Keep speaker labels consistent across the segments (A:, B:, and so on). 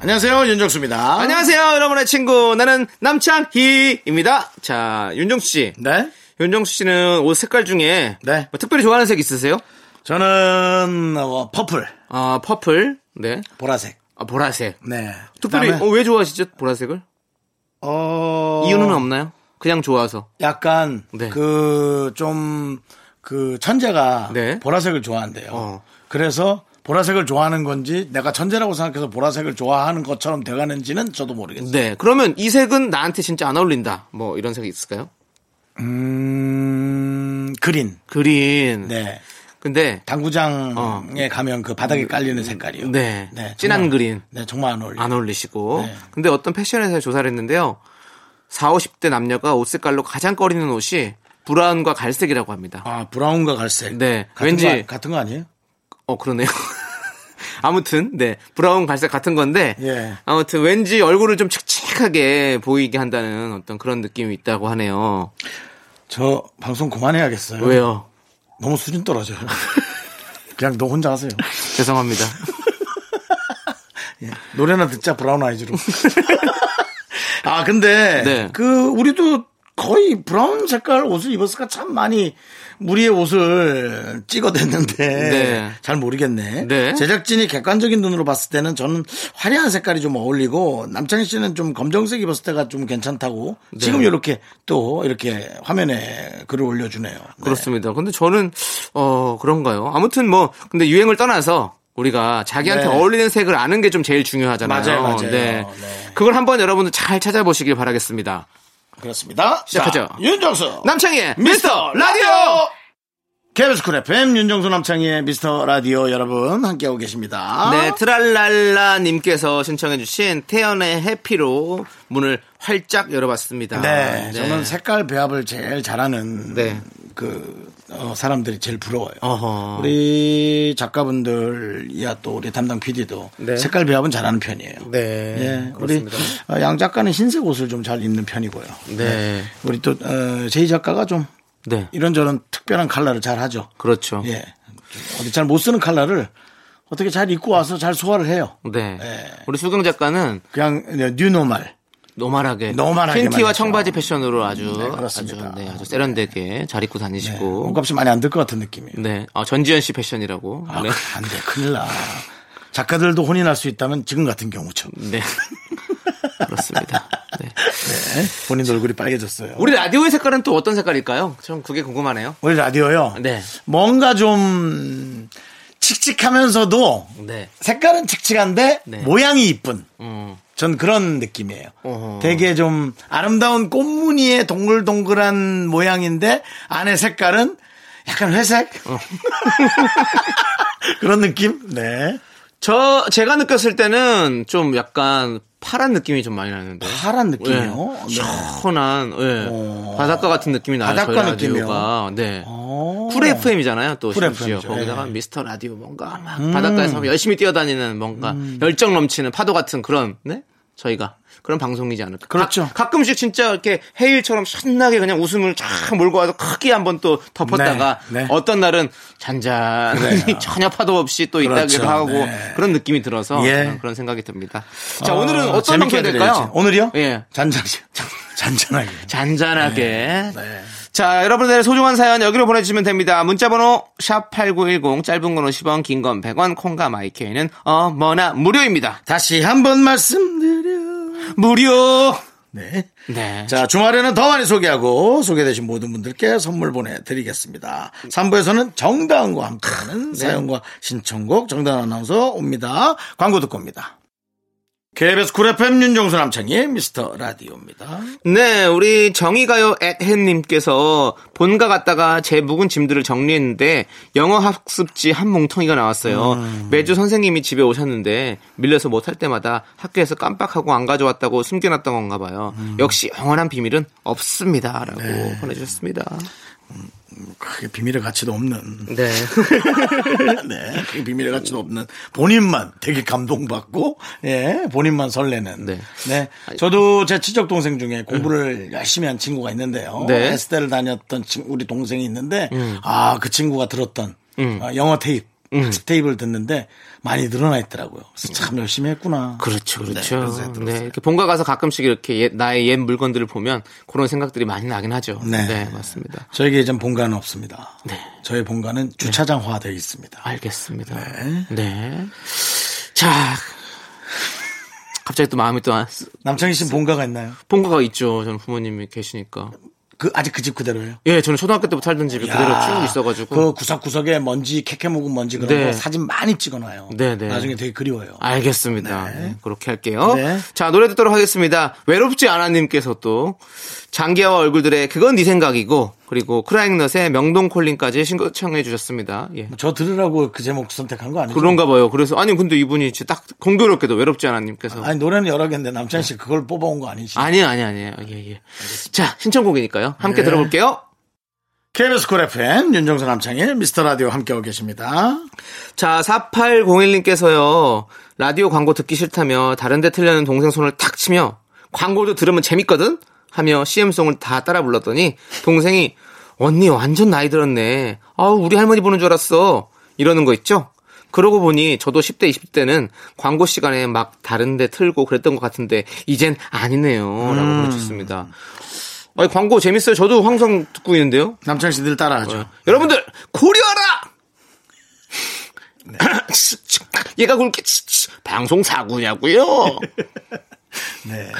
A: 안녕하세요 윤정수입니다.
B: 안녕하세요, 여러분의 친구. 나는 남창희입니다. 자, 윤정수 씨.
A: 네,
B: 윤정수 씨는 옷 색깔 중에
A: 네.
B: 뭐 특별히 좋아하는 색 있으세요?
A: 저는 어, 퍼플
B: 아, 퍼플. 네.
A: 보라색.
B: 아, 보라색.
A: 네.
B: 특별히
A: 그다음에,
B: 어, 왜 좋아하시죠? 보라색을?
A: 어,
B: 이유는 없나요? 그냥 좋아서.
A: 약간
B: 네.
A: 그 좀 그 천재가
B: 네.
A: 보라색을 좋아한대요.
B: 어.
A: 그래서 보라색을 좋아하는 건지 내가 천재라고 생각해서 보라색을 좋아하는 것처럼 돼가는지는 저도 모르겠어요.
B: 네. 그러면 이 색은 나한테 진짜 안 어울린다. 뭐 이런 색이 있을까요? 네.
A: 음, 그린.
B: 그린.
A: 네.
B: 근데
A: 당구장에
B: 어.
A: 가면 그 바닥에 깔리는 색깔이요.
B: 네.
A: 네,
B: 진한
A: 정말-
B: 그린.
A: 네, 정말 안 어울려.
B: 안 어울리시고.
A: 네.
B: 근데 어떤 패션 회사에 조사를 했는데요. 40, 50대 남녀가 옷 색깔로 가장 꺼리는 옷이 브라운과 갈색이라고 합니다.
A: 아, 브라운과 갈색.
B: 네,
A: 같은
B: 왠지-
A: 거, 같은 거 아니에요?
B: 어, 그러네요. 아무튼, 네. 브라운 갈색 같은 건데.
A: 예.
B: 아무튼 왠지 얼굴을 좀 칙칙하게 보이게 한다는 어떤 그런 느낌이 있다고 하네요.
A: 저 방송 그만해야겠어요.
B: 왜요?
A: 너무 수준 떨어져요. 그냥 너 혼자 하세요.
B: 죄송합니다.
A: 노래나 듣자 브라운 아이즈로. 아 근데
B: 네.
A: 그 우리도 거의 브라운 색깔 옷을 입었을까 참 많이 우리의 옷을 찍어댔는데
B: 네.
A: 잘 모르겠네.
B: 네.
A: 제작진이 객관적인 눈으로 봤을 때는 저는 화려한 색깔이 좀 어울리고 남창희 씨는 좀 검정색 입었을 때가 좀 괜찮다고 지금 이렇게 또 이렇게 화면에 글을 올려주네요. 네.
B: 그렇습니다. 근데 저는, 어, 그런가요? 아무튼 뭐, 근데 유행을 떠나서 우리가 자기한테
A: 네.
B: 어울리는 색을 아는 게 좀 제일 중요하잖아요.
A: 맞아요, 맞아요.
B: 네.
A: 네.
B: 그걸 한번 여러분들 잘 찾아보시길 바라겠습니다.
A: 그렇습니다.
B: 시작하죠.
A: 자, 윤정수
B: 남창희의 미스터 라디오!
A: KBS 쿨 FM 윤정수 남창희의 미스터 라디오 여러분 함께하고 계십니다.
B: 네, 트랄랄라님께서 신청해주신 태연의 해피로 문을 활짝 열어봤습니다.
A: 네, 저는 색깔 배합을 제일 잘하는
B: 아, 네.
A: 그 어, 사람들이 제일 부러워요.
B: 어허.
A: 우리 작가분들이야 또 우리 담당 PD도
B: 네.
A: 색깔 배합은 잘하는 편이에요.
B: 네.
A: 예, 우리
B: 그렇습니다.
A: 어, 양 작가는 흰색 옷을 좀 잘 입는 편이고요.
B: 네.
A: 우리 또 어, 제이 작가가 좀
B: 네.
A: 이런저런 특별한 컬러를 잘 하죠.
B: 그렇죠.
A: 예. 좀 어디 잘 못 쓰는 칼라를 어떻게 잘 입고 와서 잘 소화를 해요.
B: 네.
A: 예.
B: 우리 수경 작가는
A: 그냥 그냥 뉴노말.
B: 노멀하게,
A: 노멀하게
B: 흰 티와
A: 말이죠.
B: 청바지 패션으로 아주
A: 그렇습니다.
B: 아주, 네, 아주 세련되게 잘 입고
A: 네.
B: 다니시고
A: 몸값이 많이 안 들 것 같은 느낌이에요.
B: 네. 아, 전지현 씨 패션이라고.
A: 아,
B: 네.
A: 안 돼. 큰일 나. 작가들도 혼이 날 수 있다면 지금 같은 경우죠.
B: 네. 그렇습니다. 네.
A: 네. 본인 얼굴이 빨개졌어요. 우리,
B: 우리 라디오의 색깔은 또 어떤 색깔일까요? 참 그게 궁금하네요.
A: 라디오요.
B: 네.
A: 뭔가 좀 칙칙하면서도
B: 네.
A: 색깔은 칙칙한데
B: 네.
A: 모양이 이쁜.
B: 음.
A: 전 그런 느낌이에요.
B: 어허.
A: 되게 좀 아름다운 꽃무늬의 동글동글한 모양인데 안에 색깔은 약간 회색? 그런 느낌? 네.
B: 저 제가 느꼈을 때는 좀 약간 파란 느낌이 좀 많이 나는데.
A: 파란 느낌이요?
B: 예.
A: 네.
B: 시원한 예.
A: 어.
B: 바닷가 같은 느낌이 나요.
A: 바닷가
B: 저희
A: 느낌이요?
B: 라디오가. 네.
A: 어.
B: 쿨 FM이잖아요. 또
A: 쿨
B: 심지어
A: FM 이죠. 음.
B: 거기다가
A: 예.
B: 미스터 라디오 뭔가 막 바닷가에서 열심히 뛰어다니는 뭔가
A: 음.
B: 열정 넘치는 파도 같은 그런 네 저희가 그런 방송이지 않을까.
A: 그렇죠.
B: 가, 끔씩 진짜 이렇게 해일처럼 신나게 그냥 웃음을 쫙 몰고 와서 크게 한번 또 덮었다가
A: 네, 네.
B: 어떤 날은 잔잔히 전혀 파도 없이 또
A: 그렇죠.
B: 있다기도 하고
A: 네.
B: 그런 느낌이 들어서
A: 예.
B: 저는 그런 생각이 듭니다. 자
A: 어,
B: 오늘은 어떤
A: 재밌게
B: 방송이 될까요?
A: 해드려야지. 오늘이요?
B: 예.
A: 잔잔, 잔잔하게.
B: 잔잔하게.
A: 네.
B: 자, 여러분들의 소중한 사연 여기로 보내주시면 됩니다. 문자번호 샵8910, 짧은 건 50원, 긴 건 100원, 콩과 마이케이는 어머나 무료입니다.
A: 다시 한 번 말씀드려.
B: 무료!
A: 네.
B: 네.
A: 자, 주말에는 더 많이 소개하고 소개되신 모든 분들께 선물 보내드리겠습니다. 3부에서는 정다은과 함께하는 사연과 신청곡 정다은 아나운서 옵니다. 광고 듣고 옵니다. KBS 쿨 FM 윤정수 남창희의 미스터 라디오입니다.
B: 네, 우리 정의가요 앳햇님께서 본가 갔다가 제 묵은 짐들을 정리했는데 영어 학습지 한 뭉텅이가 나왔어요. 매주 선생님이 집에 오셨는데 밀려서 못할 때마다 학교에서 깜빡하고 안 가져왔다고 숨겨놨던 건가 봐요. 역시 영원한 비밀은 없습니다라고 보내주셨습니다.
A: 크게 비밀의 가치도 없는
B: 네.
A: 네, 그 비밀의 가치도 없는 본인만 되게 감동받고 예 본인만 설레는 네,
B: 네.
A: 저도 제 친척 동생 중에 공부를 열심히 한 친구가 있는데요
B: 네. 음.
A: 에스대를 다녔던 친- 우리 동생이 있는데 아 그 친구가 들었던 어, 영어 테이프 학습 테이프를 듣는데 많이 늘어나 있더라고요 그래서 참 열심히 했구나
B: 그렇죠,
A: 네,
B: 그렇죠.
A: 그래서
B: 네, 이렇게 본가 가서 가끔씩 이렇게 옛- 나의 옛 물건들을 보면 그런 생각들이 많이 나긴 하죠.
A: 네.
B: 네 맞습니다.
A: 저에게 이젠 본가는 없습니다
B: 네.
A: 저의 본가는 주차장화되어 있습니다
B: 알겠습니다.
A: 네.
B: 네. 자, 갑자기 또 마음이 또 안-
A: 남창희
B: 네.
A: 씨는 본가가 있나요?
B: 본가가 있죠. 저는 부모님이 계시니까.
A: 그 아직 그 집 그대로예요?
B: 예, 저는 초등학교 때부터 살던 집이 그대로
A: 야,
B: 쭉 있어가지고.
A: 그 구석구석에 먼지 캐캐 묵은 먼지 그런
B: 네.
A: 거 사진 많이 찍어놔요.
B: 네, 네.
A: 나중에 되게 그리워요.
B: 알겠습니다. 네, 그렇게 할게요.
A: 네.
B: 자, 노래 듣도록 하겠습니다. 외롭지 않아님께서 또, 장기하와 얼굴들의 그건 네 생각이고, 그리고 크라잉넛의 명동콜린까지 신청해 주셨습니다. 예.
A: 뭐 저 들으라고 그 제목 선택한 거 아니죠?
B: 그런가 봐요. 그래서, 아니, 근데 이분이 진짜 딱 공교롭게도 외롭지 않아님께서.
A: 아니 노래는 여러 개인데 남찬 씨 그걸 뽑아온 거 아니지?
B: 아니요, 아니요, 아니에요. 예, 예. 자, 신청곡이니까요. 함께 들어볼게요.
A: KBS 쿨 FM 윤정수 남창의 미스터 라디오 함께하고 계십니다.
B: 자, 4801님께서요, 라디오 광고 듣기 싫다며 다른 데 틀려는 동생 손을 탁 치며, 광고도 들으면 재밌거든? 하며 CM송을 다 따라 불렀더니, 동생이, 언니 완전 나이 들었네. 아우, 우리 할머니 보는 줄 알았어. 이러는 거 있죠? 그러고 보니 저도 10대, 20대는 광고 시간에 막 다른 데 틀고 그랬던 것 같은데, 이젠 아니네요. 라고 보내주셨습니다. 아니, 광고 재밌어요. 저도 항상 듣고 있는데요.
A: 남창 씨들 따라하죠.
B: 어. 여러분들 고려하라. 네. 얘가 그렇게 방송 사고냐고요?
A: 네.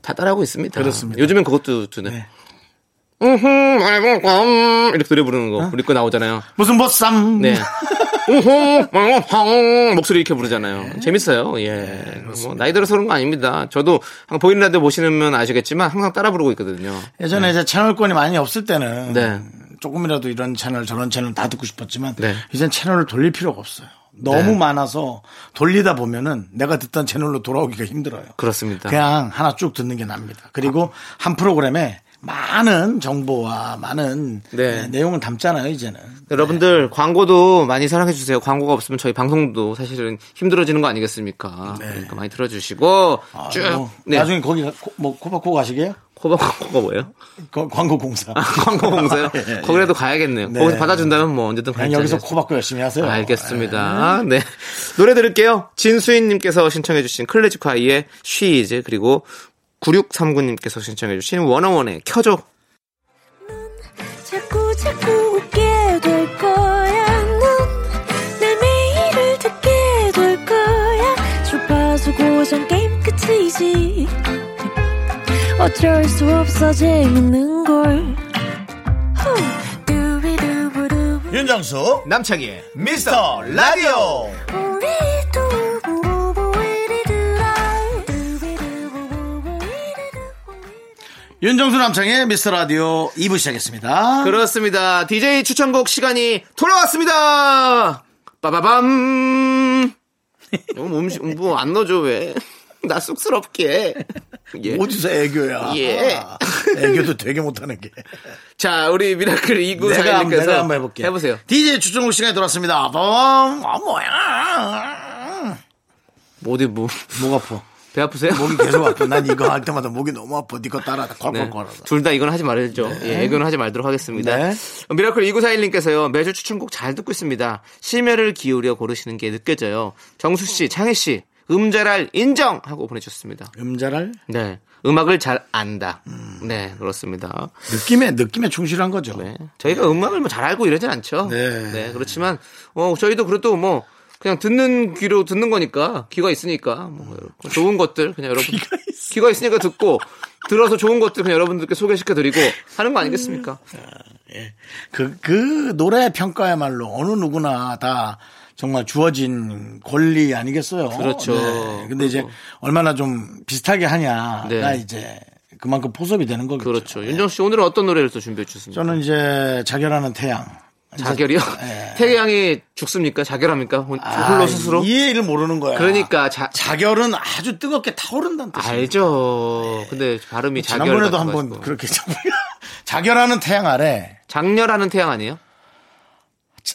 B: 다 따라하고 있습니다.
A: 그렇습니다.
B: 요즘엔 그것도 드네.
A: 네.
B: 음흠, 아이고, 음, 이렇게 노래 부르는 거 우리 거 나오잖아요.
A: 무슨 보쌈?
B: 네. 우후, 음, 헝, 목소리 이렇게 부르잖아요. 재밌어요. 예. 뭐 나이 들어서 네. 그런 거 아닙니다. 저도 항상 보이는 라디오 보시면 아시겠지만 항상 따라 부르고 있거든요.
A: 예전에 이제 채널권이 많이 없을 때는
B: 네.
A: 조금이라도 이런 채널 저런 채널 다 듣고 싶었지만
B: 네.
A: 이젠 채널을 돌릴 필요가 없어요. 너무 많아서 돌리다 보면은 내가 듣던 채널로 돌아오기가 힘들어요.
B: 그렇습니다.
A: 그냥 하나 쭉 듣는 게 납니다. 그리고 한 프로그램에 많은 정보와 많은
B: 네.
A: 네, 내용을 담잖아요, 이제는.
B: 여러분들 광고도 많이 사랑해 주세요. 광고가 없으면 저희 방송도 사실은 힘들어지는 거 아니겠습니까? 그러니까 많이 들어주시고 쭉
A: 네. 아이고,
B: 네.
A: 나중에 거기 가- 코- 뭐 코바코 가시게요?
B: 코바코가 뭐예요?
A: 거- 광고 공사.
B: 아, 광고 공사요?
A: 예, 예.
B: 거기라도 가야겠네요.
A: 네.
B: 거기서 받아준다면 뭐 언제든
A: 그냥
B: 가야지
A: 여기서 아.
B: 않겠어요?
A: 코바코 열심히 하세요.
B: 알겠습니다. 네. 노래 들을게요. 진수인님께서 신청해주신 클래식화이의 쉬이즈 그리고 9639님께서 신청해주신 원어원의 켜줘
C: 자꾸 자꾸 웃게 될 거야. 넌내 매일을 듣게 될 거야. 주파수 고정 게임 끝이지. 어쩔 수 없어 재밌는 걸. 후. 두비두부두.
A: 윤정수
B: 남창희의
A: 미스터 라디오.
C: 우리 두부부부 우리들아. 두비두부부부 우리들아.
A: 윤정수 남창의 미스터 라디오 2부 시작했습니다.
B: 그렇습니다. DJ 추천곡 시간이 돌아왔습니다. 빠바밤. 이거 뭐 음식 뭐 안 넣어줘 왜? 나 쑥스럽게. 예.
A: 어디서 애교야? 아,
B: 예.
A: 애교도 되게 못하는 게.
B: 자 우리 미라클 이구
A: 내가, 한번- 내가
B: 사장님께서
A: 한번 해볼게.
B: 해보세요.
A: DJ 추천곡 시간에 돌아왔습니다. 뻥! 아, 뭐야.
B: 어디 뭐?
A: 목 아파.
B: 배 아프세요?
A: 목이 계속 아파. 난 이거 할 때마다 목이 너무 아파. 니거 따라 콸콸 걸어서.
B: 네. 둘 다 이건 하지 말아야죠. 예, 애교는 하지 말도록 하겠습니다.
A: 네.
B: 미라클 2941님께서요, 매주 추천곡 잘 듣고 있습니다. 심혈을 기울여 고르시는 게 느껴져요. 정수씨, 창희씨, 음자랄 인정! 하고 보내주셨습니다.
A: 음자랄
B: 네. 음악을 잘 안다. 네, 그렇습니다.
A: 느낌에 느낌에 충실한 거죠.
B: 네. 저희가 음악을 뭐 잘 알고 이러진 않죠.
A: 네.
B: 그렇지만, 어, 저희도 그래도 뭐, 그냥 듣는 귀로 듣는 거니까, 귀가 있으니까, 뭐, 좋은 것들, 그냥 여러분. 귀가, 있으니까 듣고, 들어서 좋은 것들 그냥 여러분들께 소개시켜드리고 하는 거
A: 음.
B: 아니겠습니까?
A: 그 그 노래 평가야말로 어느 누구나 다 정말 주어진 권리 아니겠어요. 네.
B: 그렇죠.
A: 근데 이제 얼마나 좀 비슷하게 하냐가
B: 네.
A: 이제 그만큼 포섭이 되는 거겠죠.
B: 그렇죠. 윤정 씨 오늘은 어떤 노래를 또 준비해 주셨습니까?
A: 저는 이제 자결하는 태양.
B: 자결이요?
A: 예.
B: 태양이 죽습니까? 자결합니까? 혼- 홀로 스스로?
A: 아, 이해를 모르는 거야.
B: 그러니까 자,
A: 자결은 아주 뜨겁게 타오른다는 뜻이에요.
B: 알죠. 근데 발음이 자결.
A: 네. 지난번에도
B: 같은
A: 한
B: 거
A: 번
B: 같고.
A: 그렇게 참- 자결하는 태양 아래.
B: 장렬하는 태양 아니에요?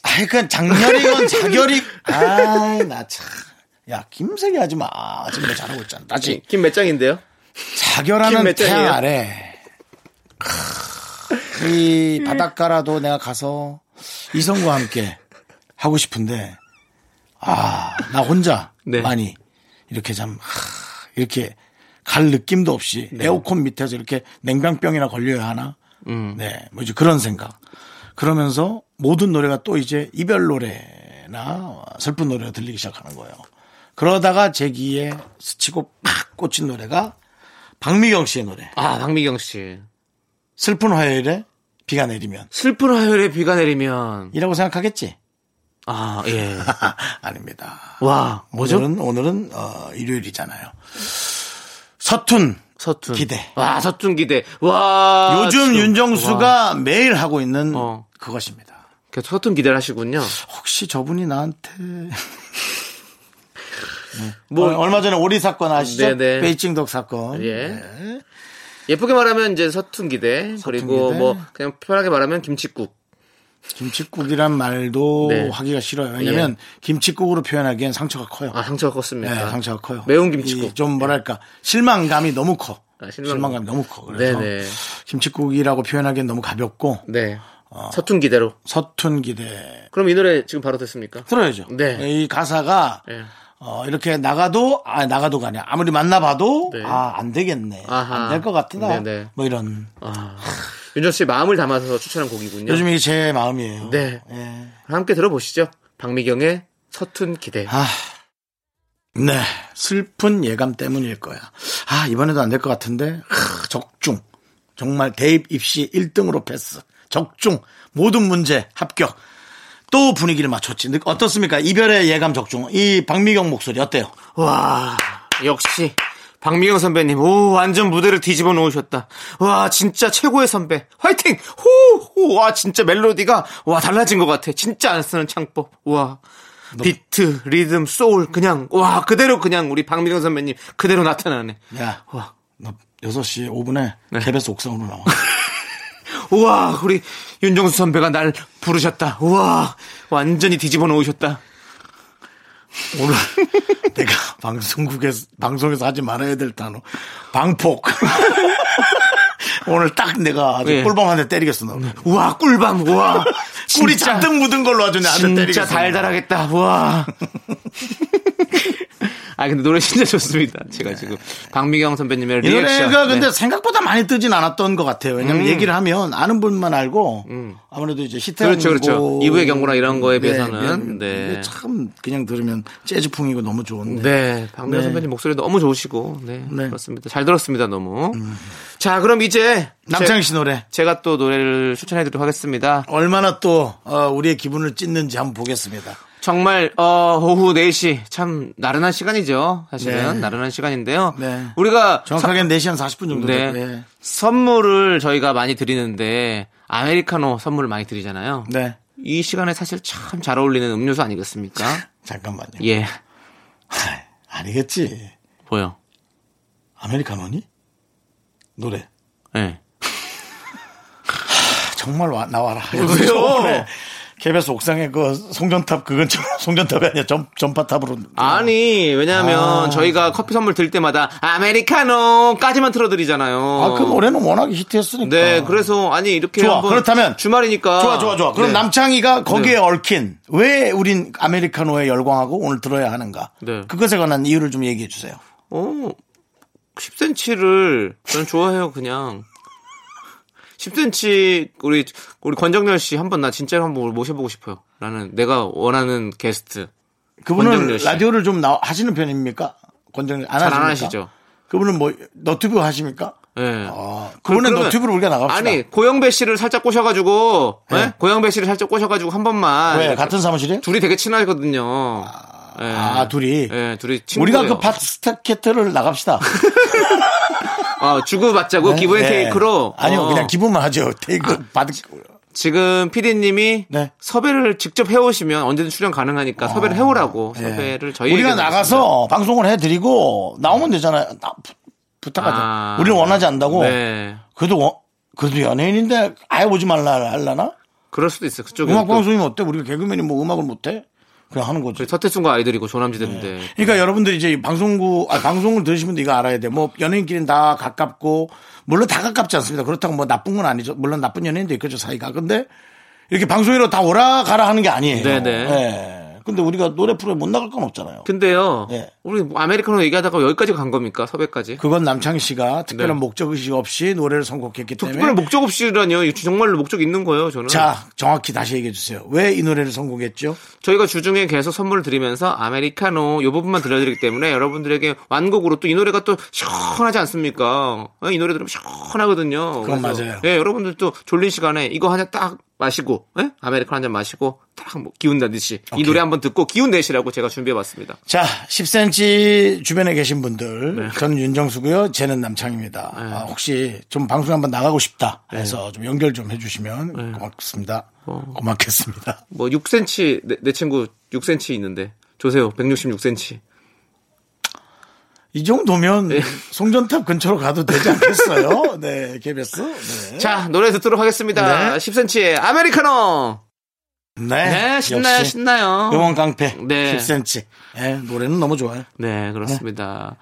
A: 아이 그 장렬이건 자결이. 아이 나 참. 야 김세기 하지 마. 지금 너 잘하고 있잖아. 다시
B: 네. 김 몇 장인데요?
A: 자결하는
B: 몇 장이에요?
A: 태양 아래. 크, 이
B: 음.
A: 바닷가라도 내가 가서 이성과 함께 하고 싶은데 아 나 혼자
B: 네.
A: 많이 이렇게 참 하, 이렇게 갈 느낌도 없이 에어컨 밑에서 이렇게 냉방병이나 걸려야 하나 네 뭐지 그런 생각 그러면서 모든 노래가 또 이제 이별 노래나 슬픈 노래가 들리기 시작하는 거예요 그러다가 제 귀에 스치고 팍 꽂힌 노래가 박미경 씨의 노래
B: 아, 박미경 씨.
A: 슬픈 화요일에 비가 내리면
B: 슬픈 화요일에 비가 내리면
A: 이라고 생각하겠지
B: 아, 예.
A: 아닙니다
B: 와, 뭐죠?
A: 오늘은 오늘은 어, 일요일이잖아요. 서툰
B: 서툰
A: 기대.
B: 와, 서툰 기대. 와.
A: 요즘
B: 아, 지금. 와.
A: 윤정수가 매일 하고 있는
B: 어.
A: 그것입니다.
B: 계속 서툰 기대를 하시군요.
A: 혹시 저분이 나한테
B: 뭐
A: 어, 얼마 전에 오리 사건 아시죠?
B: 네네.
A: 베이징덕 사건. 네.
B: 예. 예쁘게 말하면 이제 서툰 기대. 그리고
A: 기대.
B: 뭐 그냥 편하게 말하면 김칫국.
A: 김치국이란 말도
B: 네. 예.
A: 하기가 싫어요. 왜냐하면 김치국으로 표현하기엔 상처가 커요.
B: 아, 상처가 컸습니다.
A: 네, 상처가 커요.
B: 매운 김칫국.
A: 이좀 뭐랄까 실망감이 너무 커.
B: 아, 실망감.
A: 실망감. 이 너무 커. 그래서
B: 네네.
A: 김치국이라고 표현하기엔 너무 가볍고
B: 네.
A: 아.
B: 서툰 기대로.
A: 서툰 기대
B: 그럼 이 노래 지금 바로 됐습니까?
A: 들어야죠. 예,
B: 네.
A: 이 가사가
B: 네.
A: 어, 이렇게 나가도 아 나가도가 아니야. 아무리 만나봐도
B: 네.
A: 아 안 되겠네. 안
B: 아하.
A: 될 것 같다.
B: 네네.
A: 뭐 이런.
B: 아, 윤정 씨 마음을 담아서 추천한 곡이군요.
A: 요즘 이게 제 마음이에요.
B: 네.
A: 예.
B: 함께 들어보시죠. 박미경의 서툰 기대.
A: 아. 네. 슬픈 예감 때문일 거야. 아 이번에도 안 될 것 같은데 크, 적중. 정말 대입 입시 1등으로 패스. 적중. 모든 문제 합격. 또 분위기를 맞췄지. 느- 어떻습니까? 이별의 예감 적중. 이 박미경 목소리 어때요?
B: 와, 역시. 박미경 선배님, 오, 완전 무대를 뒤집어 놓으셨다. 와, 진짜 최고의 선배. 화이팅! 호! 호! 와, 진짜 멜로디가, 와, 달라진 것 같아. 진짜 안 쓰는 창법. 와. 비트, 리듬, 소울, 그냥, 와, 그대로 그냥 우리 박미경 선배님 그대로 나타나네.
A: 야,
B: 와.
A: 너 6시 5분에
B: 네.
A: 개베스 옥상으로 나와.
B: 우와, 우리 윤정수 선배가 날 부르셨다. 우와, 완전히 뒤집어 놓으셨다.
A: 오늘 내가 방송국에서, 방송에서 하지 말아야 될 단어. 방폭. 오늘 딱 내가 아주
B: 예.
A: 꿀밤 한 대 때리겠어, 너.
B: 우와, 꿀밤, 우와.
A: 꿀이
B: 진짜.
A: 잔뜩 묻은 걸로 아주 내가 한대 때리겠어.
B: 진짜 달달하겠다. 와. 아 근데 노래 진짜 좋습니다. 제가 지금 박미경 선배님의
A: 이
B: 리액션.
A: 노래가
B: 네. 음.
A: 근데 생각보다 많이 뜨진 않았던 것 같아요. 왜냐면 얘기를 하면 아는 분만 알고 아무래도 이제 히트
B: 그렇죠, 그렇죠. 이브의 경고나 이런 거에 비해서는. 네.
A: 참 그냥 들으면 재즈풍이고 너무 좋은데.
B: 네, 박미경
A: 네.
B: 선배님 목소리 너무 좋으시고, 네,
A: 네. 음.
B: 그렇습니다. 잘 들었습니다, 너무. 자, 그럼 이제
A: 남창희 씨 노래.
B: 제, 가또 노래를 추천해드리도록 하겠습니다.
A: 얼마나 또 어, 우리의 기분을 찢는지 한번 보겠습니다.
B: 정말 어, 오후 4시 참 나른한 시간이죠, 사실은
A: 네.
B: 나른한 시간인데요.
A: 네.
B: 우리가
A: 정확하게는 4시간 40분 정도
B: 네.
A: 됐고, 예.
B: 선물을 저희가 많이 드리는데 아메리카노 선물을 많이 드리잖아요.
A: 네.
B: 이 시간에 사실 참 잘 어울리는 음료수 아니겠습니까?
A: 잠깐만요. 아,
B: 예.
A: 아니겠지.
B: 보여.
A: 아메리카노니? 노래.
B: 예.
A: 아, 정말 와, 나와라.
B: 어,
A: 왜요? KBS 옥상에 그 송전탑 그건 좀- 송전탑이 아니야 점, 전파탑으로
B: 아니, 왜냐면 저희가 커피 선물 드릴 때마다 아메리카노까지만 틀어 드리잖아요.
A: 아, 그 노래는 워낙 히트했으니까
B: 네, 그래서 아니 이렇게
A: 좋아.
B: 한번
A: 그렇다면
B: 주말이니까
A: 좋아 좋아 좋아 그럼
B: 네.
A: 남창희가 거기에 얽힌 왜 우린 아메리카노에 열광하고 오늘 들어야 하는가
B: 네.
A: 그것에 관한 이유를 좀 얘기해 주세요
B: 어, 10cm를 저는 좋아해요, 그냥. 10cm 우리 우리 권정열 씨 한 번 나 진짜로 한 번 모셔보고 싶어요. 나는 내가 원하는 게스트 권정열
A: 그분은
B: 씨.
A: 라디오를 좀 나, 하시는 편입니까? 권정열 안
B: 잘
A: 하십니까?
B: 안 하시죠?
A: 그분은 뭐 너튜브 하십니까?
B: 예.
A: 아, 그분은
B: 그러면-
A: 너튜브로 우리가 나갑시다.
B: 아니 고영배 씨를 살짝 꼬셔가지고 예?
A: 네.
B: 고영배 씨를 살짝 꼬셔가지고 한 번만
A: 왜 같은 사무실이?
B: 둘이 되게 친하거든요. 예.
A: 아, 둘이.
B: 예, 둘이 친구.
A: 우리가 그 바스타켓을 나갑시다.
B: 어, 주고받자고 기브앤
A: 네.
B: 테이크로.
A: 아니요,
B: 어, 그
A: 그냥 기분만 하죠. 테이크 받을
B: 지금 PD님이
A: 네.
B: 섭외를 직접 해오시면 언제든 출연 가능하니까 섭외를 해오라고
A: 예.
B: 섭외를 저희
A: 우리가 나가서 방송을 해드리고 나오면 되잖아요. 나- 부- 부탁하자.
B: 아.
A: 우리를 원하지 않다고.
B: 네.
A: 그래도 원- 그래도 연예인인데 아예 오지 말라 할라나?
B: 그럴 수도 있어. 그쪽에.
A: 음악
B: 또
A: 방송이면 어때? 우리가 개그맨이 뭐 음악을 못해? 그냥 하는 거지.
B: 저희 서태순과 아이들이고 조남지대인데.
A: 그러니까 여러분들이 이제 이 방송국, 아, 방송을 들으신 분들 이거 알아야 돼. 뭐, 연예인끼리는 다 가깝고, 물론 다 가깝지 않습니다. 그렇다고 뭐 나쁜 건 아니죠. 물론 나쁜 연예인도 있겠죠, 사이가. 근데 이렇게 방송으로 다 오라 가라 하는 게 아니에요.
B: 네네. 그
A: 예. 근데 우리가 노래 프로에 못 나갈 건 없잖아요.
B: 근데요.
A: 예.
B: 우리 뭐 아메리카노 얘기하다가 여기까지 간 겁니까? 섭외까지?
A: 그건 남창희 씨가 특별한
B: 네.
A: 목적의식 없이 노래를 선곡했기 때문에.
B: 특별한 목적 없이라니요. 이거 정말로 목적 있는 거예요, 저는.
A: 자, 정확히 다시 얘기해 주세요. 왜 이 노래를 선곡했죠?
B: 저희가 주중에 계속 선물을 드리면서 아메리카노 요 부분만 들려드리기 때문에 여러분들에게 완곡으로 또 이 노래가 또 시원하지 않습니까? 어, 이 노래 들으면 시원하거든요.
A: 그건
B: 그래서,
A: 맞아요.
B: 예, 여러분들 또 졸린 시간에 이거 한 잔 딱 마시고, 예? 아메리카노 한 잔 마시고, 딱 뭐 기운 내듯이 이 노래 한번 듣고 기운 내시라고 제가 준비해봤습니다.
A: 자, 10cm 주변에 계신 분들,
B: 네.
A: 저는 윤정수고요, 쟤는 남창입니다. 아, 혹시 좀 방송 한번 나가고 싶다
B: 네.
A: 해서 좀 연결 좀 해주시면 고맙겠습니다.
B: 어.
A: 고맙겠습니다.
B: 뭐 6cm 내, 내 친구 6cm 있는데 조세요 166cm.
A: 이 정도면
B: 네.
A: 송전탑 근처로 가도 되지 않겠어요? 네, KBS. 네.
B: 자 노래 듣도록 하겠습니다.
A: 네.
B: 10cm의 아메리카노.
A: 네,
B: 네 신나요
A: 역시
B: 신나요.
A: 음원 깡패.
B: 네.
A: 10cm. 네, 노래는 너무 좋아요.
B: 네, 그렇습니다.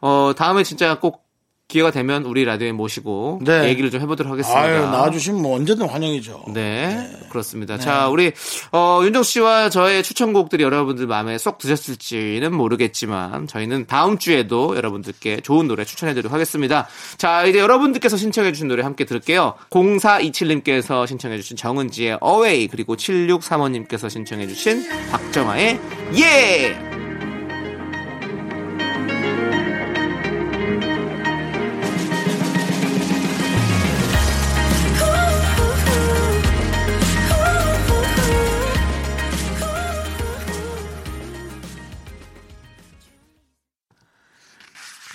B: 어, 다음에 진짜 꼭 기회가 되면 우리 라디오에 모시고
A: 네.
B: 얘기를 좀 해보도록 하겠습니다.
A: 아유, 나와주시면 뭐 언제든 환영이죠.
B: 네, 그렇습니다. 자, 우리 어, 윤정 씨와 저의 추천곡들이 여러분들 마음에 쏙 드셨을지는 모르겠지만 저희는 다음 주에도 여러분들께 좋은 노래 추천해드리도록 하겠습니다. 자, 이제 여러분들께서 신청해주신 노래 함께 들을게요. 0427님께서 신청해주신 정은지의 어웨이 그리고 7635님께서 신청해주신 박정아의 예.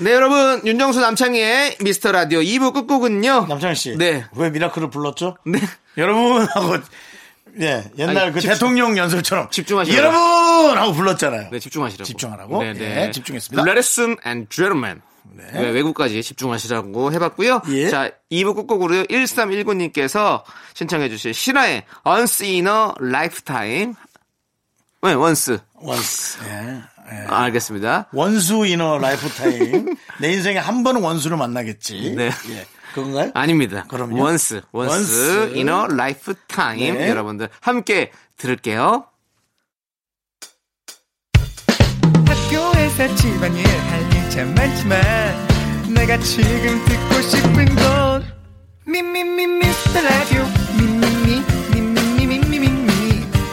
B: 네, 여러분 윤정수 남창희의 미스터 라디오 2부 끝곡은요.
A: 남창희 씨.
B: 네.
A: 왜 미라클을 불렀죠?
B: 네.
A: 여러분하고 예 옛날
B: 아니,
A: 그
B: 집중-
A: 대통령 연설처럼
B: 집중하시라고.
A: 여러분 하고 불렀잖아요.
B: 네, 집중하시라고.
A: 집중하라고? 예, 집중했습니다.
B: Let and German. 네, 외국까지 집중하시라고 해봤고요.
A: 예.
B: 자, 2부 끝곡으로 1319님께서 신청해주신 신화의 Once in a Lifetime. 네, once.
A: 원스 예. 예.
B: 아, 알겠습니다.
A: 원수 인어 라이프타임 내 인생에 한 번은 원수를 만나겠지.
B: 네.
A: 예. 그건가요?
B: 아닙니다.
A: 그럼요.
B: Once, once,
A: Once.
B: in a lifetime.
A: 네.
B: 여러분들 함께 들을게요.
D: 학교에서 집안일 할 일 참 많지만 내가 지금 듣고 싶은 건 미미미 미스터 라디오 미미미 미미미 미미미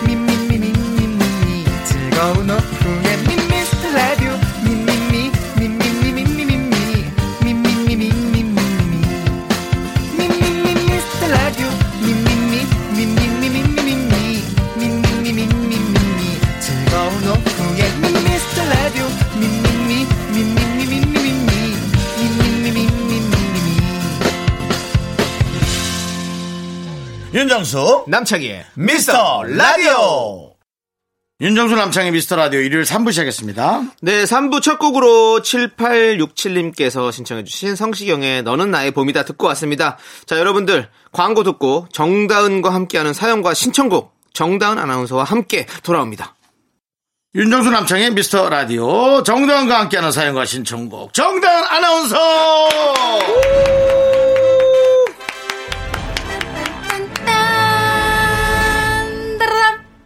D: 미미미 미미미 즐거운 오후에 미스터 라디오 미미미 미미미 미미미 미미미 미미미
A: 윤정수
B: 남창희의
A: 미스터 라디오. 윤정수 남창의 미스터 라디오 일요일 3부 시작했습니다.
B: 네, 3부 첫 곡으로 7867님께서 신청해주신 성시경의 너는 나의 봄이다 듣고 왔습니다. 자, 여러분들, 광고 듣고 정다은과 함께하는 사연과 신청곡, 정다은 아나운서와 함께 돌아옵니다.
A: 윤정수 남창의 미스터 라디오 정다은과 함께하는 사연과 신청곡 정다은 아나운서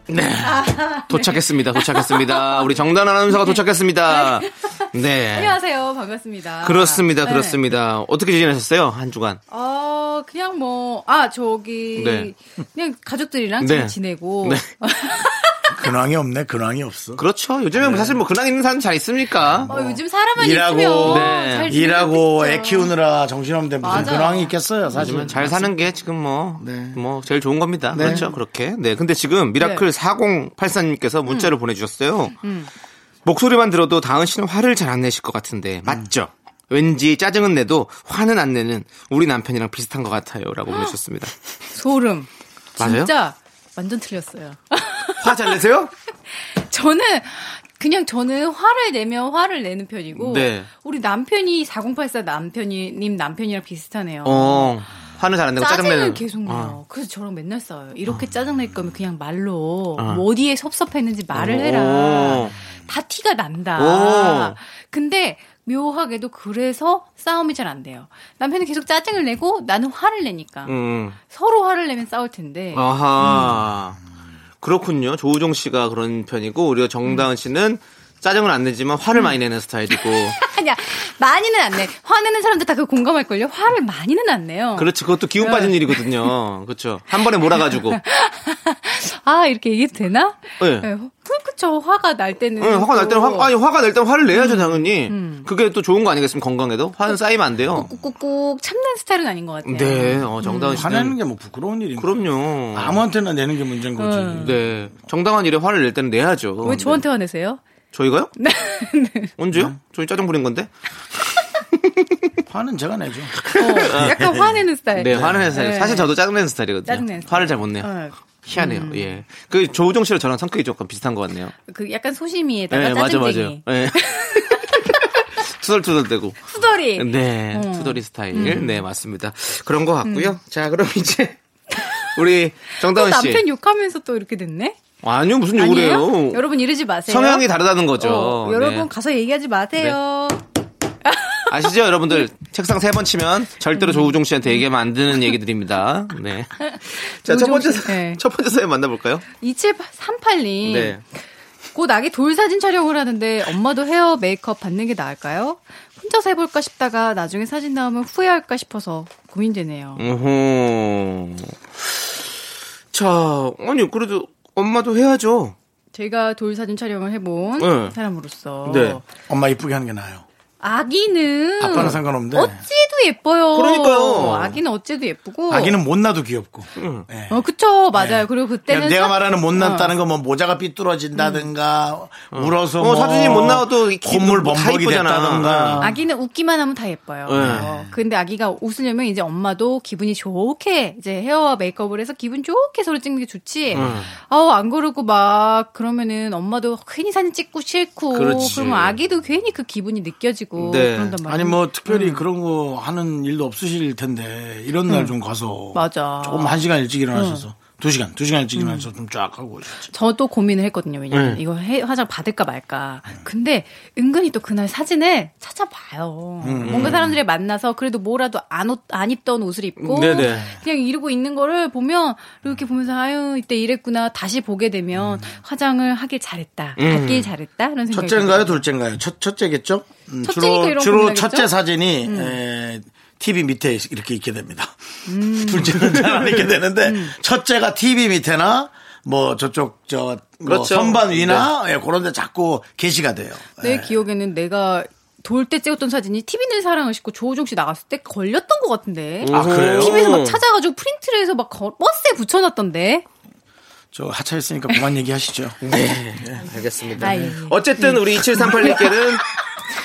B: 네. 도착했습니다. 도착했습니다. 우리 정다은 아나운서가 도착했습니다. 네.
E: 안녕하세요. 반갑습니다.
B: 그렇습니다.
E: 네.
B: 그렇습니다. 어떻게 지내셨어요? 한 주간.
E: 어, 그냥 뭐, 아, 저기.
B: 네.
E: 그냥 가족들이랑
B: 네.
E: 잘 지내고.
B: 네.
A: 근황이 없네. 근황이 없어.
B: 그렇죠. 요즘에 뭐 사실 뭐 근황 있는 사람 잘 있습니까?
E: 어, 요즘 사람만
A: 일하고,
E: 있으면
B: 네.
E: 잘 지내고
A: 일하고
E: 있죠.
A: 애 키우느라 정신없는데 무슨
E: 맞아요.
A: 근황이 있겠어요. 사실은.
B: 잘 사는 게 지금 뭐,
A: 네.
B: 뭐, 제일 좋은 겁니다.
A: 네.
B: 그렇죠. 그렇게. 네. 네. 근데 지금 미라클 4084님께서 문자를
E: 음.
B: 보내주셨어요. 목소리만 들어도 다은 씨는 화를 잘 안 내실 것 같은데, 맞죠? 왠지 짜증은 내도 화는 안 내는 우리 남편이랑 비슷한 것 같아요. 라고 보내주셨습니다.
E: 소름.
B: 맞아요?
E: 진짜 완전 틀렸어요.
B: 화 잘 내세요?
E: 저는 그냥 저는 화를 내면 화를 내는 편이고
B: 네.
E: 우리 남편이 4084 남편이 님 남편이랑 비슷하네요.
B: 어, 화는 잘 안 내고
E: 짜증은
B: 짜증내는. 아.
E: 계속 나요. 그래서 저랑 맨날 싸워요. 이렇게 짜증낼 거면 그냥 말로 뭐 어디에 섭섭했는지 말을 해라.
B: 아. 오.
E: 다 티가 난다.
B: 오.
E: 근데 묘하게도 그래서 싸움이 잘 안 돼요. 남편은 계속 짜증을 내고 나는 화를 내니까
B: 음. 어.
E: 서로 화를 내면 싸울 텐데
B: 아하. 그렇군요. 조우종 씨가 그런 편이고, 우리가 정다은 씨는 짜증을 안 내지만
E: 음.
B: 화를 많이 내는 스타일이고.
E: 아니야 많이는 안 내. 화내는 사람들 다 그 공감할 걸요. 화를 많이는 안 내요.
B: 그렇지. 그것도 기운
E: 네.
B: 빠진 일이거든요. 그렇죠. 한 번에 몰아가지고.
E: 아 이렇게 얘기해도 되나?
B: 예.
E: 네, 그- 그쵸 화가 날 때는
B: 예, 화가 날 때는
E: 또
B: 화, 아니 화가 날 때는 화를
E: 음.
B: 내야죠 당연히. 그게 또 좋은 거 아니겠습니까 건강에도
E: 그
B: 화는 쌓이면 안 돼요.
E: 꾹꾹꾹 참는 스타일은 아닌 것 같아요.
B: 네, 어,
E: 음.
B: 정다은
A: 화내는
B: 씨는
A: 게 뭐 부끄러운 일인가?
B: 그럼요.
A: 음. 아무한테나 내는 게 문제인 거지.
E: 음.
B: 네, 정당한 일에 화를 낼 때는 내야죠.
E: 왜 저한테 네. 화내세요?
B: 어, 네. 저희가요? 언제요? 저희 짜증 부린 건데.
A: 네. 화는 제가 내죠.
E: 어, 약간 화내는 스타일.
B: 네, 화를 내는 스타일.
E: 네.
B: 사실 저도 짜증 내는 스타일이거든요.
E: 짜증내는 스타일.
B: 화를 잘 못 내요.
E: 어,
B: 희한해요. 예. 그 조우종 씨랑 저랑 성격이 조금 비슷한 것 같네요.
E: 그 약간 소심이에다가
B: 예, 맞아, 맞아.
E: 짜증쟁이.
B: 예. 투덜투덜대고.
E: 투덜이.
B: 네,
E: 음.
B: 투덜이 스타일. 네, 맞습니다. 그런 것 같고요. 자, 그럼 이제 우리
E: 또
B: 정다은 네, 씨.
E: 남편 욕하면서 또 이렇게 됐네?
B: 아니요, 무슨 욕을
E: 아니에요?
B: 해요?
E: 여러분 이러지 마세요.
B: 성향이 다르다는 거죠.
E: 어,
B: 네.
E: 여러분 가서 얘기하지 마세요.
B: 아시죠, 여러분들?
E: 음.
B: 책상 세 번 치면 절대로 조우종 씨한테 얘기하면 안 되는 얘기들입니다. 네. 자, 첫 번째,
E: 조우종 씨, 네. 예.
B: 첫 번째 사연 만나볼까요?
E: 2738님.
B: 네.
E: 곧 아기 돌 사진 촬영을 하는데 엄마도 헤어 메이크업 받는 게 나을까요? 혼자서 해볼까 싶다가 나중에 사진 나오면 후회할까 싶어서 고민되네요.
B: 음. 어허. 자, 아니, 그래도 엄마도 해야죠.
E: 제가 돌 사진 촬영을 해본
B: 네.
E: 사람으로서
B: 네.
A: 엄마 이쁘게 하는 게 나아요.
E: 아기는
A: 아빠는 상관없는데.
E: 어째도 예뻐요.
B: 그러니까요.
E: 아기는 어째도 예쁘고.
A: 아기는 못나도 귀엽고.
B: 음.
A: 예.
E: 어 그쵸 맞아요. 그리고 그때는 어,
A: 내가
E: 사-
A: 말하는 못났다는 건 뭐 모자가 삐뚤어진다든가 울어서
B: 어,
A: 뭐
B: 사진이 못 나와도 이
A: 콧물
B: 다
A: 범벅이
B: 이쁘잖아. 어.
A: 됐다든가
E: 아기는 웃기만 하면 다 예뻐요.
A: 네.
E: 어, 근데 아기가 웃으려면 이제 엄마도 기분이 좋게 이제 헤어와 메이크업을 해서 기분 좋게 서로 찍는 게 좋지.
A: 네.
E: 아우 안 그러고 막 그러면은 엄마도 괜히 사진 찍고 싫고
B: 그렇지.
E: 러면 아기도 괜히 그 기분이 느껴지고
B: 네.
E: 그런단 말이에요.
A: 아니 뭐 특별히
E: 음.
A: 그런 거 하는 일도 없으실 텐데 이런 날 좀 가서
E: 맞아. 음.
A: 조금 한 시간 일찍 일어나셔서 두 시간 두 시간 일찍 일어나서 좀 쫙 하고 오셨지.
E: 저도 고민을 했거든요. 왜냐면
B: 네.
E: 이거 해- 화장 받을까 말까. 근데 은근히 또 그날 사진을 찾아봐요.
A: 음,
E: 뭔가 사람들이 만나서 그래도 뭐라도 안, 옷, 안 입던 옷을 입고
A: 음,
B: 네네.
E: 그냥 이러고 있는 거를 보면 이렇게 보면서 아유 이때 이랬구나 다시 보게 되면 화장을 하길 잘했다. 받길 잘했다. 이런 생각이
A: 음. 첫째인가요,
E: 들어요.
A: 둘째인가요? 첫 첫째겠죠? 음,
E: 첫째니까
A: 주로
E: 이런
A: 주로
E: 고민하겠죠? 음.
A: 첫째 사진이 에, TV 밑에 이렇게 있게 됩니다.
E: 음.
A: 둘째는 잘 안 있게 되는데 첫째가 TV 밑에나 뭐 저쪽 저뭐
B: 그렇죠.
A: 선반 위나 예, 그런 데 자꾸 게시가 돼요.
E: 내 기억에는 내가 돌 때 찍었던 사진이 TV는 사랑을 싣고 조우종 씨 나갔을 때 걸렸던 것 같은데.
A: 아, 그래요?
E: TV에서 막 찾아가지고 프린트를 해서 막 거- 버스에 붙여놨던데.
A: 저 하차했으니까 그만 얘기하시죠.
E: 네.
B: 네, 알겠습니다.
E: 아, 예, 예.
B: 어쨌든 우리 2738님께는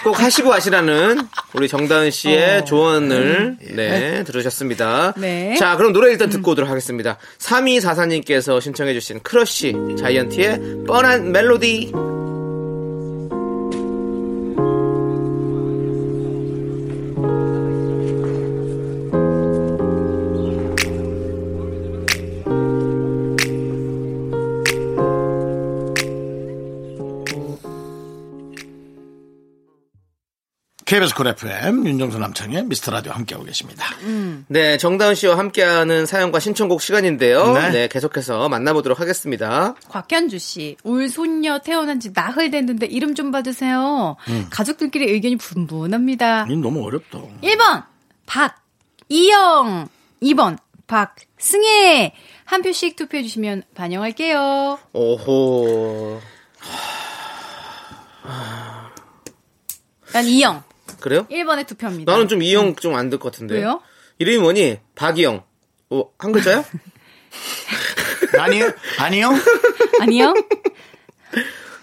B: 꼭 하시고 하시라는 우리 정다은 씨의 조언을 네, 들으셨습니다.
E: 어. 음. 네.
B: 자, 그럼 노래 일단 듣고 오도록 하겠습니다. 3244님께서 신청해주신 크러쉬 자이언티의 뻔한 멜로디.
A: KBS 쿨 FM 윤정수 남창의 미스터 라디오 함께하고 계십니다.
E: 음.
B: 네, 정다은 씨와 함께하는 사연과 신청곡 시간인데요.
A: 네.
B: 네 계속해서 만나보도록 하겠습니다.
E: 곽현주 씨, 올 손녀 태어난 지 나흘 됐는데 이름 좀 봐주세요.
B: 음.
E: 가족들끼리 의견이 분분합니다.
A: 이 너무 어렵다.
E: 1번, 박, 이영. 2번, 박, 승혜. 한 표씩 투표해 주시면 반영할게요.
B: 오호.
E: 난 이영.
B: 그래요?
E: 1번에 투표합니다.
B: 나는 좀 네. 이 형 좀 안 될 것 같은데.
E: 왜요?
B: 이름이 뭐니? 박이영. 어, 한 글자야?
A: 아니요? 아니요?
E: 아니요?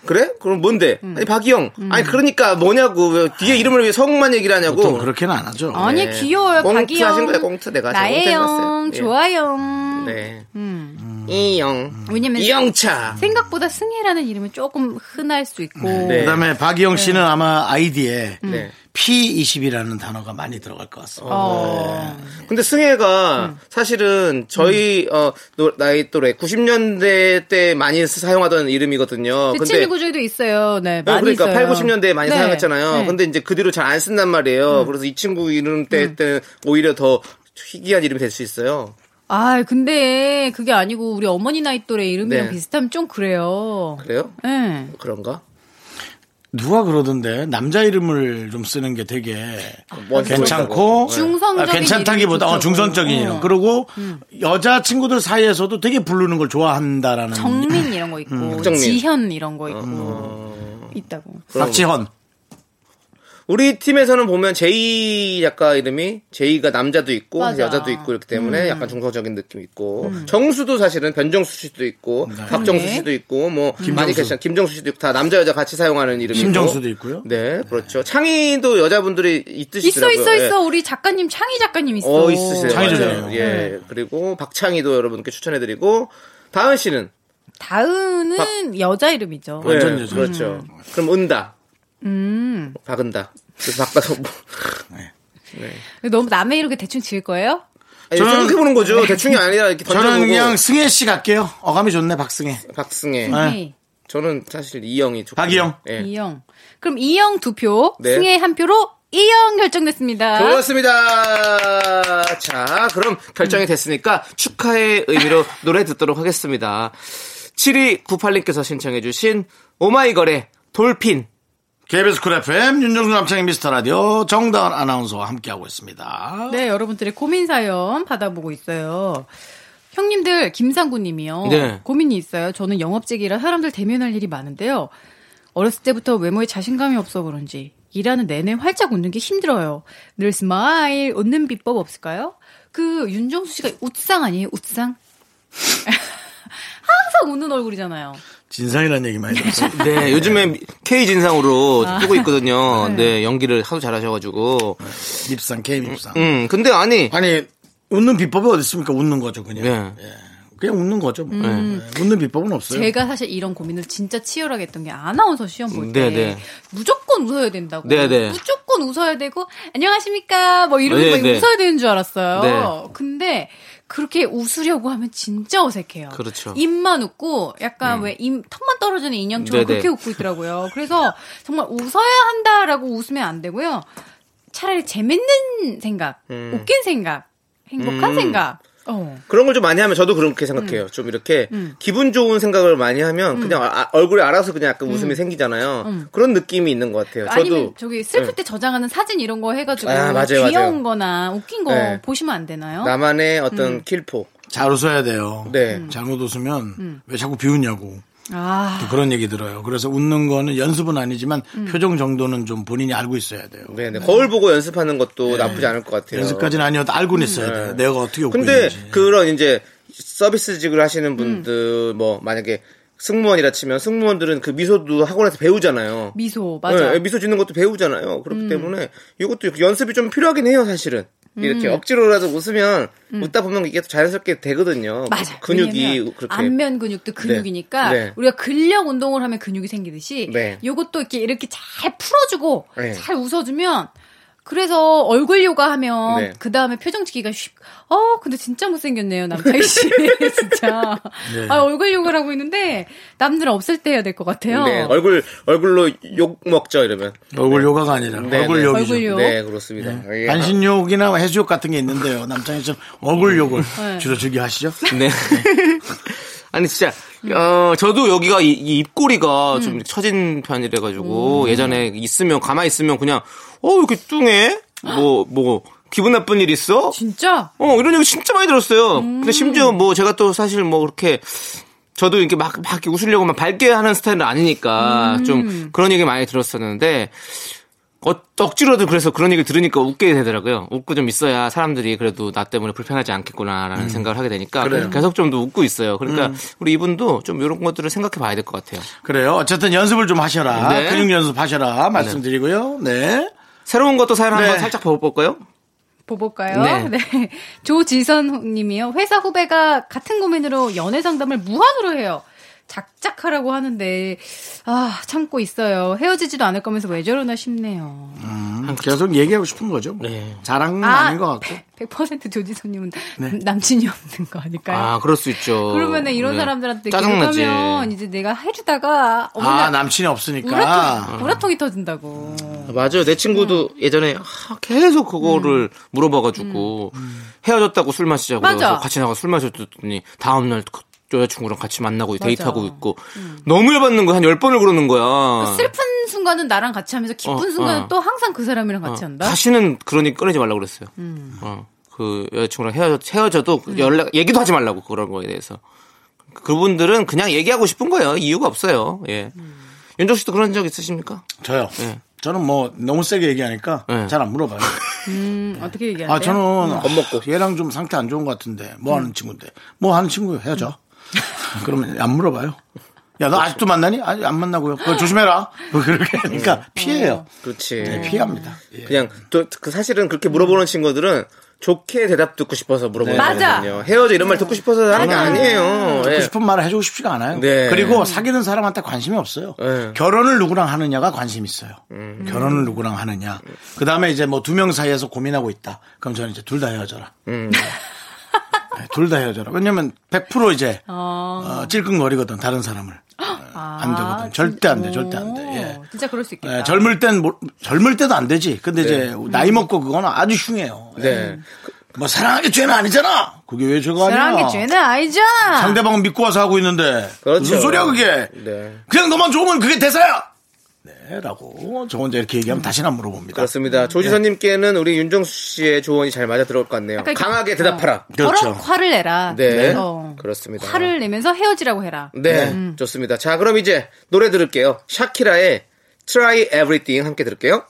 B: 그래? 그럼 뭔데?
E: 음.
B: 아니 박이영. 아니 그러니까 뭐냐고 왜 뒤에 이름을 왜 성만 얘기를
A: 보통
B: 하냐고.
A: 그렇게는 안 하죠.
E: 아니,
B: 네.
E: 귀여워요.
B: 꽁트
E: 박이영.
B: 하신 거예요, 꽁트. 내가 아, 잘못
E: 나예영.
B: 생각했어요. 예.
E: 좋아요. 음.
B: 네.
A: 음.
B: 이영.
E: 왜냐면
B: 이영차.
E: 생각보다 승희라는 이름은 조금 흔할 수 있고.
B: 네.
A: 그다음에 박이영 씨는 아마 아이디에
B: 네.
A: P20이라는 단어가 많이 들어갈 것 같습니다.
E: 음. 어.
B: 근데 승혜가
E: 음.
B: 사실은 저희 어 노- 나이 또래 90년대 때 많이 사용하던 이름이거든요.
E: 그 친구 구조에도 있어요.
B: 네,
E: 네, 많이
B: 그러니까 8,
E: 있어요.
B: 90년대에 많이
E: 네,
B: 사용했잖아요.
E: 네. 음.
B: 근데 이제 그 뒤로 잘 안 쓴단 말이에요. 그래서 이 친구 이름 때, 때는 오히려 더 희귀한 이름이 될 수 있어요.
E: 아, 근데 그게 아니고 우리 어머니 나이 또래 이름이랑
B: 네.
E: 비슷하면 좀 그래요.
B: 그래요?
E: 예.
B: 그런가?
A: 누가 그러던데 남자 이름을 좀 쓰는 게 되게
B: 멋있어
A: 괜찮고
B: 보인다고.
E: 네. 중성적인
A: 아, 괜찮다기보다
E: 이름이 음.
A: 어, 중성적인
E: 좋다고.
A: 이름 그리고 여자 친구들 사이에서도 되게 부르는 걸 좋아한다라는
E: 정민 이런 거 있고
B: 음. 박정민. 어.
E: 지현 이런 거 있고 있다고.
A: 박지헌
B: 우리 팀에서는 보면 제이 작가 이름이 제이가 남자도 있고
E: 맞아. 음.
B: 여자도 있고 이렇기
A: 음.
B: 때문에 약간 중성적인 느낌이 있고 정수도 사실은 변정수 씨도 있고 박정수
E: 그러네.
B: 씨도 있고 뭐 많이 계시잖 김정수 씨도 있고 다 남자 여자 같이 사용하는 이름이고
A: 심정수도 있고요.
B: 네 그렇죠 창희도 여자분들이 있듯이
E: 있어 있어 있어 우리 작가님 창희 작가님 있어.
B: 그, 예. 어 있으세요
A: 창의적이네요.
B: 맞아요. 예 그리고 박창희도 여러분께 추천해드리고 다은 씨는
E: 다은은 여자 이름이죠.
A: 완전
B: 예,
A: 여자.
B: 그렇죠 그럼 은다
E: 음.
B: 박은다 그래서 박다서 뭐
E: 너무 남의 이름을 대충 지을 거예요?
B: 아니,
A: 저는- 네.
B: 생각해 보는 거죠. 대충이 아니라 이렇게 던져보고.
A: 저는 그냥 승혜 씨 갈게요. 어감이 좋네 박승혜.
B: 박승혜.
E: 승희,
B: 저는 사실 이영이 좋고.
A: 박이영.
B: 아, 예.
E: 네, 이영. 그럼 이영 두 표,
B: 네.
E: 승혜 한 표로 이영 결정됐습니다.
B: 좋았습니다. 자, 그럼
A: 음.
B: 결정이 됐으니까 축하의 의미로 노래 듣도록 하겠습니다. 7298님께서 신청해주신 오마이걸의 돌핀.
A: KBS 쿨 FM 윤정수 남창희 미스터 라디오 정다은 아나운서와 함께하고 있습니다.
E: 네, 여러분들의 고민 사연 받아보고 있어요. 형님들, 김상구님이요.
B: 네.
E: 고민이 있어요. 저는 영업직이라 사람들 대면할 일이 많은데요. 어렸을 때부터 외모에 자신감이 없어 그런지 일하는 내내 활짝 웃는 게 힘들어요. 늘 스마일 웃는 비법 없을까요? 그 윤정수 씨가 웃상 아니에요? 웃상? 항상 웃는 얼굴이잖아요.
A: 진상이라는 얘기 많이 들었어요.
B: 네, 요즘에 K 진상으로
A: 아.
B: 뜨고 있거든요. 네, 연기를 하도 잘하셔가지고.
A: 입상 게임 입상.
B: 음, 근데 아니.
A: 아니 웃는 비법이 어디 있습니까? 웃는 거죠 그냥.
B: 네.
A: 예. 그냥 웃는 거죠. 뭐.
B: 음.
A: 예. 웃는 비법은 없어요.
E: 제가 사실 이런 고민을 진짜 치열하게 했던 게 아나운서 시험 볼 때
B: 음, 네네.
E: 무조건 웃어야 된다고
B: 네네.
E: 무조건 웃어야 되고 안녕하십니까 뭐 이러고 막
B: 네네.
E: 웃어야 되는 줄 알았어요
B: 네.
E: 근데 그렇게 웃으려고 하면 진짜 어색해요
B: 그렇죠. 음.
E: 입만 웃고 약간 왜 입, 턱만 떨어지는 인형처럼
B: 네네.
E: 그렇게 웃고 있더라고요 그래서 정말 웃어야 한다라고 웃으면 안 되고요 차라리 재밌는 생각 웃긴 생각 행복한
B: 음.
E: 생각 어.
B: 그런 걸 좀 많이 하면 저도 그렇게 생각해요. 좀 이렇게 기분 좋은 생각을 많이 하면 그냥 아- 얼굴에 알아서 그냥 약간 웃음이 생기잖아요. 그런 느낌이 있는 것 같아요.
E: 아니면
B: 저도 예.
E: 저기 슬플 때 저장하는 사진 이런 거 해가지고
B: 아, 맞아요,
E: 귀여운
B: 맞아요.
E: 거나 웃긴 거
B: 네.
E: 보시면 안 되나요?
B: 나만의 어떤 킬포.
A: 잘 웃어야 돼요.
B: 네.
A: 잘못 웃으면
E: 음.
A: 왜 자꾸 비웃냐고
E: 아,
A: 또 그런 얘기 들어요. 그래서 웃는 거는 연습은 아니지만
E: 음.
A: 표정 정도는 좀 본인이 알고 있어야 돼요.
B: 네, 네. 거울 보고 연습하는 것도 나쁘지 않을 것 같아요.
A: 네. 연습까지는 아니어도 알고는 있어야 돼요. 내가 어떻게 웃고
B: 음. 네. 근데
A: 있는지.
B: 그런 이제 서비스직을 하시는 분들 뭐 만약에 승무원이라 치면 승무원들은 그 미소도 학원에서 배우잖아요.
E: 미소 맞아.
B: 네, 미소 짓는 것도 배우잖아요.
E: 음.
B: 그렇기 때문에 이것도 연습이 좀 필요하긴 해요, 사실은. 이렇게
E: 음.
B: 억지로라도 웃으면 웃다 보면 이게 또 자연스럽게 되거든요. 뭐
E: 맞아.
B: 근육이
E: 왜냐면
B: 그렇게
E: 안면 근육도 근육이니까
B: 네. 네.
E: 우리가 근력 운동을 하면 근육이 생기듯이
B: 네.
E: 요것도 이렇게 이렇게 잘 풀어주고
B: 네.
E: 잘 웃어주면 그래서 얼굴 요가 하면
B: 네.
E: 그 다음에 표정 짓기가 쉽. 어 근데 진짜 못생겼네요 남자이 씨 진짜.
B: 네.
E: 아 얼굴 요가를 하고 있는데 남들 없을 때 해야 될 것 같아요.
B: 네, 얼굴 얼굴로 욕 먹죠 이러면.
A: 얼굴 요가가 아니라
B: 네,
A: 얼굴
B: 네.
A: 욕이죠.
E: 얼굴 욕.
B: 네, 그렇습니다. 예.
A: 반신욕이나 뭐 해수욕 같은 게 있는데요. 남창희처럼 얼굴 욕을
E: 네.
A: 주로 즐겨 하시죠?
B: 네. 아니 진짜
E: 음.
B: 어 저도 여기가 이, 이 입꼬리가 좀 처진 편이래
E: 음.
B: 가지고 예전에 있으면 가만히 있으면 그냥 어 이렇게 뚱해 뭐 뭐 기분 나쁜 일 있어?
E: 진짜?
B: 어, 이런 얘기 진짜 많이 들었어요.
E: 음.
B: 근데 심지어 뭐 제가 또 사실 뭐 그렇게 저도 이렇게 막, 막 이렇게 웃으려고만 밝게 하는 스타일은 아니니까
E: 음.
B: 좀 그런 얘기 많이 들었었는데 어, 억지로도 그래서 그런 얘기 들으니까 웃게 되더라고요. 웃고 좀 있어야 사람들이 그래도 나 때문에 불편하지 않겠구나라는 생각을 하게 되니까 계속 좀 더 웃고 있어요. 그러니까 우리 이분도 좀 이런 것들을 생각해 봐야 될 것 같아요.
A: 그래요. 어쨌든 연습을 좀 하셔라.
B: 네.
A: 근육 연습하셔라. 말씀드리고요. 네.
B: 새로운 것도 사연
A: 네.
B: 한번 살짝 봐볼까요?
E: 보볼까요?
B: 네.
E: 네. 조지선 님이요. 회사 후배가 같은 고민으로 연애 상담을 무한으로 해요. 작작하라고 하는데 아 참고 있어요. 헤어지지도 않을 거면서 왜 저러나 싶네요.
A: 음, 계속 얘기하고 싶은 거죠. 뭐.
B: 네.
A: 자랑은
E: 아,
A: 아, 닌것 같고.
E: 100% 조지선님은 남친이 없는 거 아닐까요?
B: 아, 그럴 수 있죠.
E: 그러면은 이런
B: 네.
E: 사람들한테
B: 짜증나지.
E: 계속하면 이제 내가 해주다가 어느
A: 아,
E: 날
A: 남친이 없으니까.
B: 어.
E: 우라통, 우라통이 터진다고.
B: 맞아요. 내 친구도
E: 네.
B: 예전에 하, 계속 그거를 물어봐가지고 헤어졌다고 술 마시자고
E: 음. 맞아.
B: 그래서 같이 나가 술 마셨더니 다음날 그 여자친구랑 같이 만나고 데이트하고 있고
E: 음.
B: 너무 열받는 거한 열번을 그러는 거야.
E: 슬픈 순간은 나랑 같이 하면서 기쁜
B: 어,
E: 순간은
B: 어.
E: 또 항상 그 사람이랑 같이 한다. 음.
B: 다시는 그런 얘기 꺼내지 말라고 그랬어요. 어, 그 여자친구랑 헤어져, 헤어져도 연락, 얘기도 하지 말라고 그런 거에 대해서. 그분들은 그냥 얘기하고 싶은 거예요. 이유가 없어요. 예.
E: 음.
B: 윤정 씨도 그런 적 있으십니까?
A: 저요. 저는 뭐 너무 세게 얘기하니까
B: 네.
A: 잘 안 물어봐요.
E: 음, 어떻게 얘기하세요?
A: 아, 저는 겁먹고 얘랑 좀 상태 안 좋은 것 같은데 뭐
E: 음.
A: 하는 친구인데 뭐 하는 친구요 헤어져. 그러면 안 물어봐요. 야, 너 아직도 만나니? 아직 안 만나고요. 그거 조심해라. 뭐 그렇게
E: 음.
A: 하니까 피해요.
B: 그렇지.
A: 네, 피합니다. 예. 음.
B: 그냥 또 그 사실은 그렇게 물어보는 친구들은 좋게 대답 듣고 싶어서 물어보는
E: 네. 맞아.
B: 거거든요. 헤어져 이런 말 듣고 싶어서 하는 게 아니에요.
A: 듣고
B: 예.
A: 싶은 말을 해주고 싶지가 않아요.
B: 네.
A: 그리고 사귀는 사람한테 관심이 없어요.
B: 네. 음.
A: 결혼을 누구랑 하느냐가 관심 있어요. 결혼을 누구랑 하느냐. 그 다음에 이제 뭐 두 명 사이에서 고민하고 있다. 그럼 저는 이제 둘 다 헤어져라.
B: 음.
A: 네. 둘 다 헤어져라. 왜냐면 100% 이제 어, 찔끔거리거든 다른 사람을. 안 되거든. 절대 안 돼, 절대 안 돼. 예.
E: 아, 오, 진짜 그럴 수 있겠다.
A: 예, 젊을 땐 뭐- 젊을 때도 안 되지. 근데 이제 나이 먹고 그건 아주 흉해요. 예.
B: 네.
A: 뭐 사랑하는 게 죄는 아니잖아. 그게 왜 죄가 아니야?
E: 사랑한 게 죄는 아니잖아.
A: 상대방은 믿고 와서 하고 있는데
B: 그렇죠.
A: 무슨 소리야 그게
B: 네.
A: 그냥 너만 좋으면 그게 대사야 네 라고 저 혼자 이렇게 얘기하면 다시는 안 물어봅니다
B: 그렇습니다. 조지선님께는 우리 윤정수 씨의 조언이 잘 맞아 들어올 것 같네요.
E: 약간 이렇게-
B: 강하게 대답하라.
E: 어,
A: 그렇죠.
E: 버럭 화를 내라.
B: 네.
E: 어.
B: 그렇습니다.
E: 화를 음. 내면서 헤어지라고 해라.
B: 네. 좋습니다. 자, 그럼 이제 노래 들을게요. 샤키라의 Try Everything 함께 들을게요.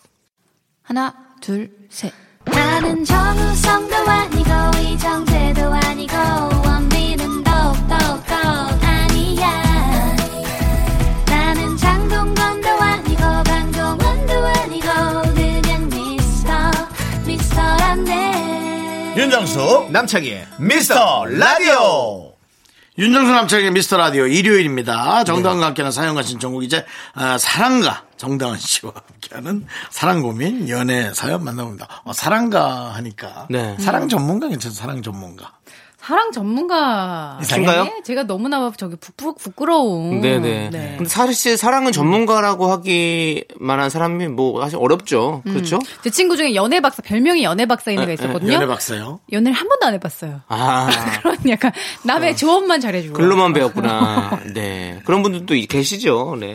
E: 하나, 둘, 셋.
C: 나는 정우성도 아니고 이정재도 아니고 원빈은 더욱더 아니야 나는 장동건도 아니고 강동원도 아니고 그냥 미스터 미스터란데
A: 윤정수 남창희의 미스터 라디오 윤정수 남창희의 미스터 라디오
B: 네.
A: 일요일입니다 정다은과 함께하는 사연과 신청곡 이제 아, 사랑가 정다은 씨와 함께하는 사랑 고민 연애 사연 만나봅니다 어, 사랑가 하니까
B: 네.
A: 사랑 전문가 괜찮아 사랑 전문가
E: 사랑 전문가.
B: 이상해요?
E: 네, 제가 너무나 저기 부끄, 부끄러운.
B: 네네. 근데 사실 사랑은 전문가라고 하기만 한 사람이 뭐 사실 어렵죠. 그렇죠?
E: 제 친구 중에 연애 박사, 별명이 연애 박사인 애가 있었거든요.
A: 연애 박사요
E: 연애를 한 번도 안 해봤어요.
B: 아.
E: 그런 약간
A: 어.
E: 남의 조언만 잘해주고.
B: 글로만 배웠구나. 네. 그런 분들도 이- 계시죠. 네.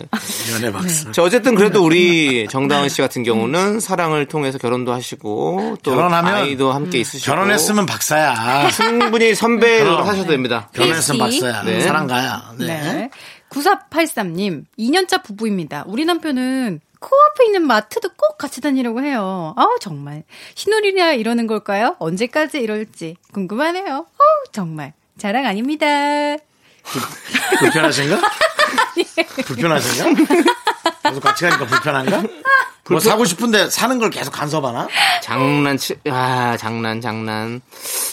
A: 연애 박사
B: 자, 어쨌든 그래도 우리 정다은 씨 같은 경우는 사랑을 통해서 결혼도 하시고 또
A: 결혼하면
B: 아이도 함께 있으시고
A: 결혼했으면 박사야
B: 충분히 선배로
A: 그럼.
B: 하셔도 됩니다.
A: 변해서
E: PhD.
A: 박사야.
B: 네.
A: 사랑가야. 네.
E: 네. 9483님, 2년차 부부입니다. 우리 남편은 코앞에 있는 마트도 꼭 같이 다니려고 해요. 아우, 정말. 신혼이냐 이러는 걸까요? 언제까지 이럴지 궁금하네요. 아우, 정말. 자랑 아닙니다.
A: 불편하신가? 불편하신가? 계속 같이 가니까 불편한가? 뭐 사고 싶은데 사는 걸 계속 간섭하나?
B: 장난치 아 장난 장난.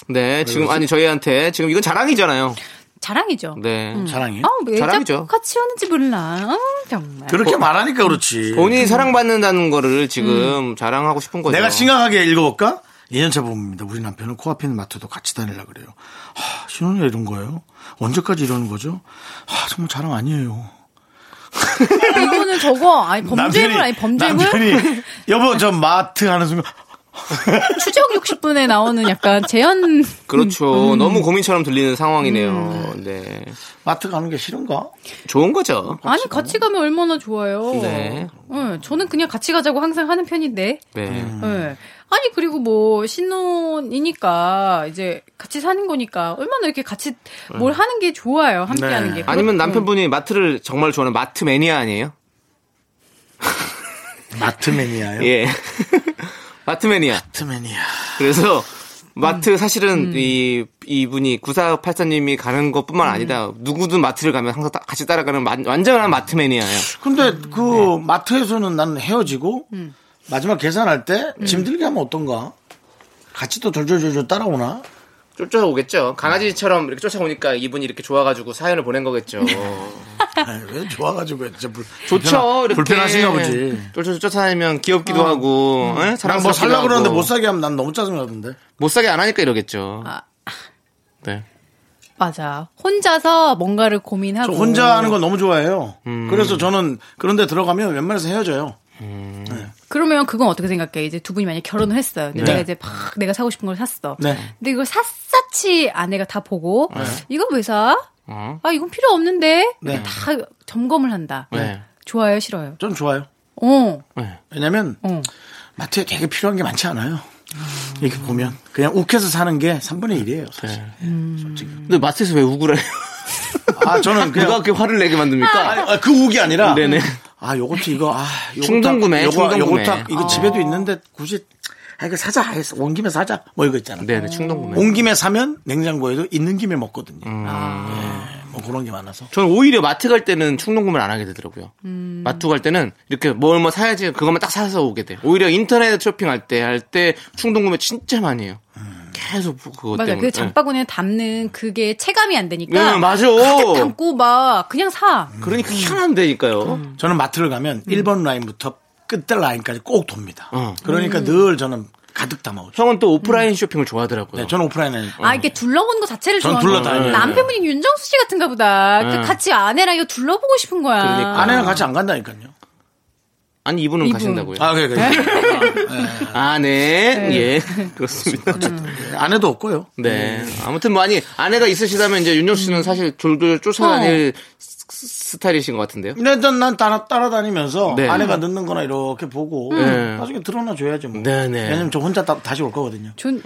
B: 네 지금 아니 저희한테 지금 이건 자랑이잖아요.
E: 자랑이죠.
B: 네.
A: 사랑이.
E: 아우, 왜
B: 자랑이죠.
E: 자꾸 같이 하는지 몰라. 아우, 정말.
A: 그렇게 말하니까 그렇지.
B: 어. 본인이 사랑받는다는 거를 지금 자랑하고 싶은 거죠.
A: 음. 내가 심각하게 읽어볼까? 2년차 부부입니다. 우리 남편은 코앞에 있는 마트도 같이 다니려 그래요. 하, 신혼이 이런 거예요? 언제까지 이러는 거죠? 하, 정말 자랑 아니에요.
E: 이거는 저거, 아니, 범죄물, 아니, 범죄물?
A: 남편이 여보 저 마트 하는 순간
E: 추적 60분에 나오는 약간 재현
B: 그렇죠.
A: 음.
B: 너무 고민처럼 들리는 상황이네요. 네.
A: 마트 가는 게 싫은가?
B: 좋은 거죠.
E: 아니 같이 가면 얼마나 좋아요.
B: 네.
E: 예, 저는 그냥 같이 가자고 항상 하는 편인데.
B: 네.
A: 음.
E: 예. 아니 그리고 뭐 신혼이니까 이제 같이 사는 거니까 얼마나 이렇게 같이 뭘 하는 게 좋아요. 함께
A: 음. 네.
E: 하는 게.
B: 아니면 남편분이 마트를 정말 좋아하는 마트 매니아 아니에요?
A: 마트 매니아요?
B: 예. 마트 매니아.
A: 마트 매니아.
B: 그래서 마트 사실은 이 이분이 구사팔사님이 가는 것뿐만 아니다. 누구든 마트를 가면 항상 따- 같이 따라가는 마- 완전한 마트 매니아예요.
A: 근데
B: 음,
A: 그
B: 네.
A: 마트에서는 난 헤어지고 마지막 계산할 때
B: 음.
A: 짐 들게 하면 어떤가? 같이 또 졸졸졸졸 따라오나?
B: 쫓아오겠죠. 강아지처럼 이렇게 쫓아오니까 이분이 이렇게 좋아가지고 사연을 보낸 거겠죠.
A: 아니, 왜 좋아가지고 진짜 불,
B: 좋죠. 이렇게
A: 불편하신가 보지.
B: 쫓아 쫓아다니면 귀엽기도 하고. 예?
A: 난 뭐
B: 사랑스럽기도
A: 살라
B: 하고.
A: 그러는데 못 사게 하면 난 너무 짜증나던데.
B: 못 사게 안 하니까 이러겠죠.
E: 아.
B: 네.
E: 맞아. 혼자서 뭔가를
A: 저
E: 고민하고
B: 음.
A: 혼자 하는 거 너무 좋아해요. 그래서 저는 그런데 들어가면 웬만해서 헤어져요.
E: 그러면 그건 어떻게 생각해? 이제 두 분이 만약 결혼을 했어요. 근데
A: 네.
E: 내가 이제 막 내가 사고 싶은 걸 샀어.
A: 네.
E: 근데 이걸 샅샅이 아내가 다 보고 이걸 왜 사? 아 이건 필요 없는데
A: 어? 네.
E: 다 점검을 한다.
B: 네.
E: 좋아요, 싫어요.
A: 전 좋아요.
E: 어,
A: 왜냐면
E: 어.
A: 마트에 되게 필요한 게 많지 않아요. 이렇게 보면 그냥 욱해서 사는 게 3분의 1이에요. 사실.
B: 근데 마트에서 왜 우울해요?
A: 아 저는
B: 누가
A: 그냥
B: 그렇게 화를 내게 만듭니까?
A: 아, 그 욱이 아니라
B: 네. 네네.
A: 아 요거트 이거 아 요거트
B: 충동 구매,
A: 요거
B: 충동
A: 요거트
B: 구매. 어.
A: 아, 이거 집에도 있는데 굳이 아 이거 사자 아예 온 김에 사자 뭐 이거 있잖아.
B: 네네, 충동 구매.
A: 온 김에 사면 냉장고에도 있는 김에 먹거든요.
B: 음.
A: 예, 뭐 그런 게 많아서.
B: 저는 오히려 마트 갈 때는 충동구매를 안 하게 되더라고요.
E: 음.
B: 마트 갈 때는 이렇게 뭘 뭐 사야지 그것만 딱 사서 오게 돼. 오히려 인터넷 쇼핑할 때 할 때 충동구매 진짜 많이 해요.
A: 음.
B: 계속 그거
E: 맞아.
B: 때문에.
E: 그 장바구니에 담는 그게 체감이 안 되니까.
B: 네, 맞아.
E: 가득 담고 막 그냥 사.
B: 예. 그러니까 희한한데니까요.
E: 음.
A: 저는 마트를 가면 1번 라인부터 끝에 라인까지 꼭 돕니다.
B: 음. 어.
A: 그러니까 늘 저는 가득 담아오죠.
B: 형은 또 오프라인
E: 음.
B: 쇼핑을 좋아하더라고요.
A: 네, 저는 오프라인에
E: 아, 이렇게
B: 음.
E: 둘러보는 거 자체를
A: 전
E: 좋아하는
A: 둘러다녀요.
E: 남편분이 윤정수 씨 같은가 보다. 그 같이 아내랑 이거 둘러보고 싶은 거야.
B: 음. 그러니까.
A: 아내랑 같이 안 간다니까요.
B: 아니 이분은
E: 이분.
B: 가신다고요.
A: 아, 네. 그래, 그래.
B: 아, 네. 예. 그렇습니다.
A: 예, 아내도 없고요.
B: 네. 아무튼 뭐 아니 아내가 있으시다면 이제 윤정수 씨는 사실 졸졸 쫓아다닐 스- 스- 스타일이신 것 같은데요.
A: 근데 일단 난 따라, 따라다니면서
B: 네.
A: 아내가 늦는 거나 이렇게 보고
B: 네.
A: 나중에 드러나 줘야죠. 뭐.
B: 네네.
A: 왜냐면 저 혼자 따- 다시 올 거거든요.
E: 전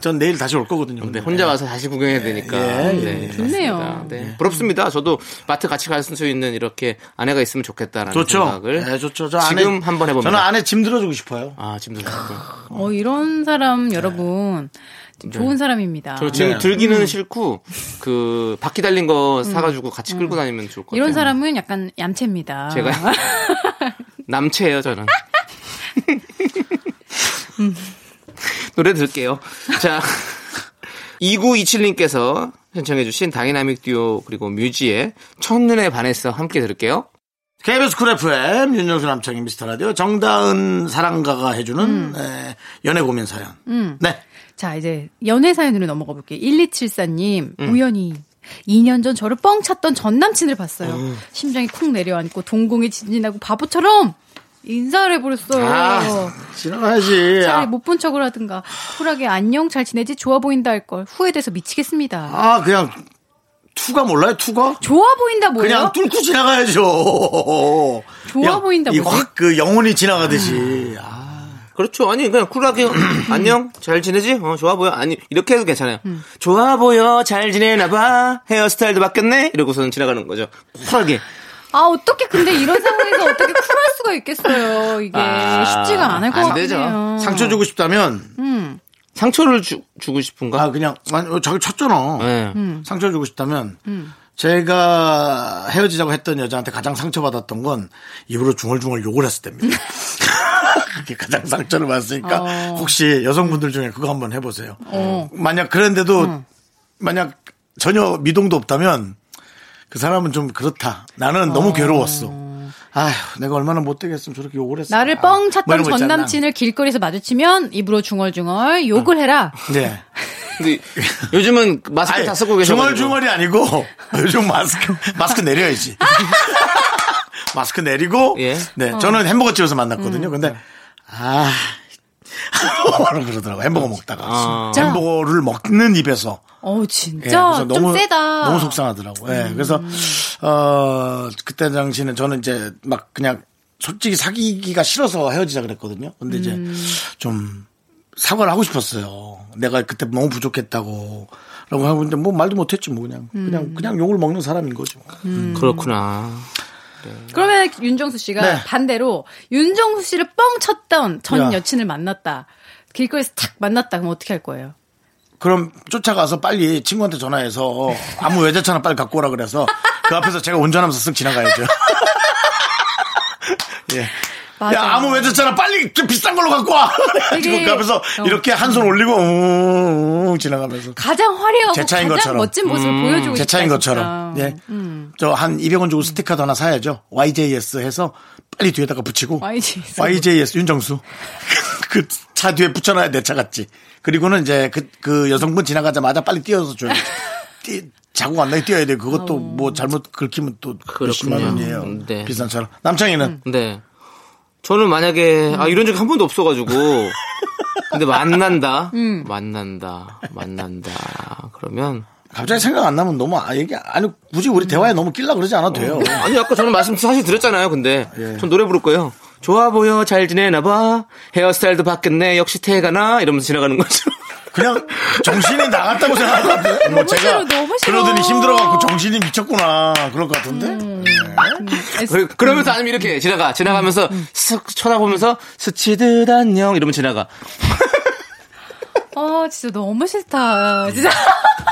A: 전 내일 다시 올 거거든요.
B: 네,
A: 근데.
B: 혼자 와서 다시 구경해야 되니까.
A: 예,
B: 네,
E: 좋네요.
B: 맞습니다. 네, 부럽습니다. 저도 마트 같이 갈 수 있는 이렇게 아내가 있으면 좋겠다라는
A: 좋죠.
B: 생각을
A: 네, 좋죠. 저 아내-
B: 지금 한번 해봅니다.
A: 저는 아내 짐 들어주고 싶어요.
B: 아, 지금 들었고요.
E: 어 이런 사람 여러분 좀 좋은 사람입니다.
B: 네. 저 지금
A: 네.
B: 들기는 싫고 그 바퀴 달린 거 사가지고 같이 끌고 다니면 좋을 것 같아요.
E: 이런 사람은 약간 얌체입니다.
B: 제가 남체예요, 저는. 노래 들을게요. 자, 2927님께서 신청해주신 다이나믹 듀오 그리고 뮤지의 첫눈에 반했어 함께 들을게요.
A: KBS 쿨 FM 윤정수 남창희 미스터 라디오 정다은 사랑가가 해주는
E: 음.
A: 에, 연애 고민 사연. 네.
E: 자, 이제 연애 사연으로 넘어가 볼게요. 1274님, 우연히 2년 전 저를 뻥 찼던 전 남친을 봤어요. 심장이 쿵 내려앉고 동공이 진진하고 바보처럼 인사를 해버렸어요.
A: 아, 지나가야지.
E: 차라리
A: 아,
E: 못 본 척을 하든가 쿨하게 안녕 잘 지내지 좋아 보인다 할 걸 후회돼서 미치겠습니다.
A: 아, 그냥 투가 몰라요? 투가?
E: 좋아 보인다 뭐예요?
A: 그냥 뚫고 지나가야죠.
E: 좋아 보인다, 뭐지?
A: 이확그 영혼이 지나가듯이. 아,
B: 그렇죠. 아니 그냥 쿨하게 안녕 잘 지내지? 어 좋아 보여. 아니 이렇게 해도 괜찮아요. 좋아 보여 잘 지내나봐 헤어스타일도 바뀌었네 이러고서는 지나가는 거죠. 쿨하게.
E: 아 어떻게 근데 이런 상황에서 어떻게 쿨할 수가 있겠어요? 이게
B: 아,
E: 쉽지가 않을 것
B: 안 되죠.
E: 같아요.
A: 상처 주고 싶다면
E: 음.
B: 상처를 주, 주고 싶은가?
A: 아 그냥 아니, 어, 자기 쳤잖아. 음.
B: 네.
A: 상처 주고 싶다면
E: 음.
A: 제가 헤어지자고 했던 여자한테 가장 상처받았던 건 입으로 중얼중얼 욕을 했을 때입니다. 그게 가장 상처를 받았으니까
E: 음. 어.
A: 혹시 여성분들 중에 그거 한번 해보세요. 만약 그런데도
E: 음.
A: 만약 전혀 미동도 없다면 그 사람은 좀 그렇다. 나는 너무 괴로웠어. 아휴, 내가 얼마나 못되겠으면 저렇게 욕을 했어.
E: 나를 뻥
A: 뭐
E: 찼던
A: 이런 거
E: 전
A: 있잖아.
E: 남친을 길거리에서 마주치면 입으로 중얼중얼 욕을 해라.
A: 네.
B: 근데 요즘은 마스크
A: 아니,
B: 다 쓰고 계셔.
A: 중얼중얼이 아니고 요즘 마스크 마스크 내려야지. 마스크 내리고
B: 예.
A: 네 저는 햄버거 집에서 만났거든요. 근데 아. 뭐라 그러더라고 햄버거 먹다가
B: 아.
A: 햄버거를 먹는 입에서
E: 어
A: 예,
E: 진짜
A: 그래서
E: 좀 세다. 음.
A: 너무 속상하더라고. 예, 그래서 어 그때 당시는 저는 이제 막 그냥 솔직히 사귀기가 싫어서 헤어지자 그랬거든요. 근데 이제
E: 음.
A: 좀 사과를 하고 싶었어요. 내가 그때 너무 부족했다고. 라고 하고 있는데 뭐 말도 못했지 뭐 그냥
E: 음.
A: 그냥 그냥 욕을 먹는 사람인 뭐. 거죠. 음.
B: 그렇구나.
E: 그러면 윤정수 씨가
A: 네.
E: 반대로 윤정수 씨를 뻥 쳤던 전
A: 야.
E: 여친을 만났다. 길거리에서 탁 만났다. 그럼 어떻게 할 거예요?
A: 그럼 쫓아가서 빨리 친구한테 전화해서 아무 외제차나 빨리 갖고 오라 그래서 그 앞에서 제가 운전하면서 쓱 지나가야죠. 예.
E: 맞아.
A: 야, 아무 외제차나 빨리 좀 비싼 걸로 갖고 와!
E: 되게-
A: 그래가지고 그 앞에서
E: 어.
A: 이렇게 한 손 올리고, 웅, 지나가면서.
E: 가장 화려하고
A: 제 차인
E: 가장
A: 것처럼. 음,
E: 멋진 모습을 보여주고
A: 제
E: 싶다.
A: 차인
E: 진짜. 음.
A: 것처럼. 예. 저 한 200원 주고 스티커 하나 사야죠. YJS 해서 빨리 뒤에다가 붙이고.
E: YJS.
A: YJS, 윤정수. 그 차 뒤에 붙여놔야 내 차 같지. 그리고는 이제 그, 그 여성분 지나가자마자 빨리 뛰어서 줘야 돼. 뛰, 자국 안 나게 뛰어야 돼. 그것도 뭐 잘못 긁히면 또 몇십만
B: 그렇군요.
A: 원이에요.
B: 네.
A: 비싼 차로. 남창희는
E: 음.
B: 네. 저는 만약에
A: 음.
B: 아 이런 적이 한 번도 없어가지고 근데 만난다,
A: 음.
B: 만난다, 만난다. 그러면
A: 갑자기 생각 안 나면 너무 아, 얘기, 아니, 굳이 우리 대화에 너무 낄라 그러지 않아도 돼요.
B: 아니 아까 저는 말씀 사실 드렸잖아요. 근데
A: 예.
B: 전 노래 부를 거예요. 좋아 보여 잘 지내나 봐 헤어스타일도 바뀌었네 역시 태가나 이러면서 지나가는 거죠.
A: 그냥 정신이 나갔다고 생각할 것 같은데. 뭐
E: 너무 싫어, 너무 싫어.
A: 그러더니 힘들어갖고 정신이 미쳤구나. 그럴 것 같은데.
B: 그- 그러면서
A: 음.
B: 아니면 이렇게 지나가 지나가면서 쓱 쳐다보면서 스치듯 안녕 이러면 지나가.
E: 어 진짜 너무 싫다. 진짜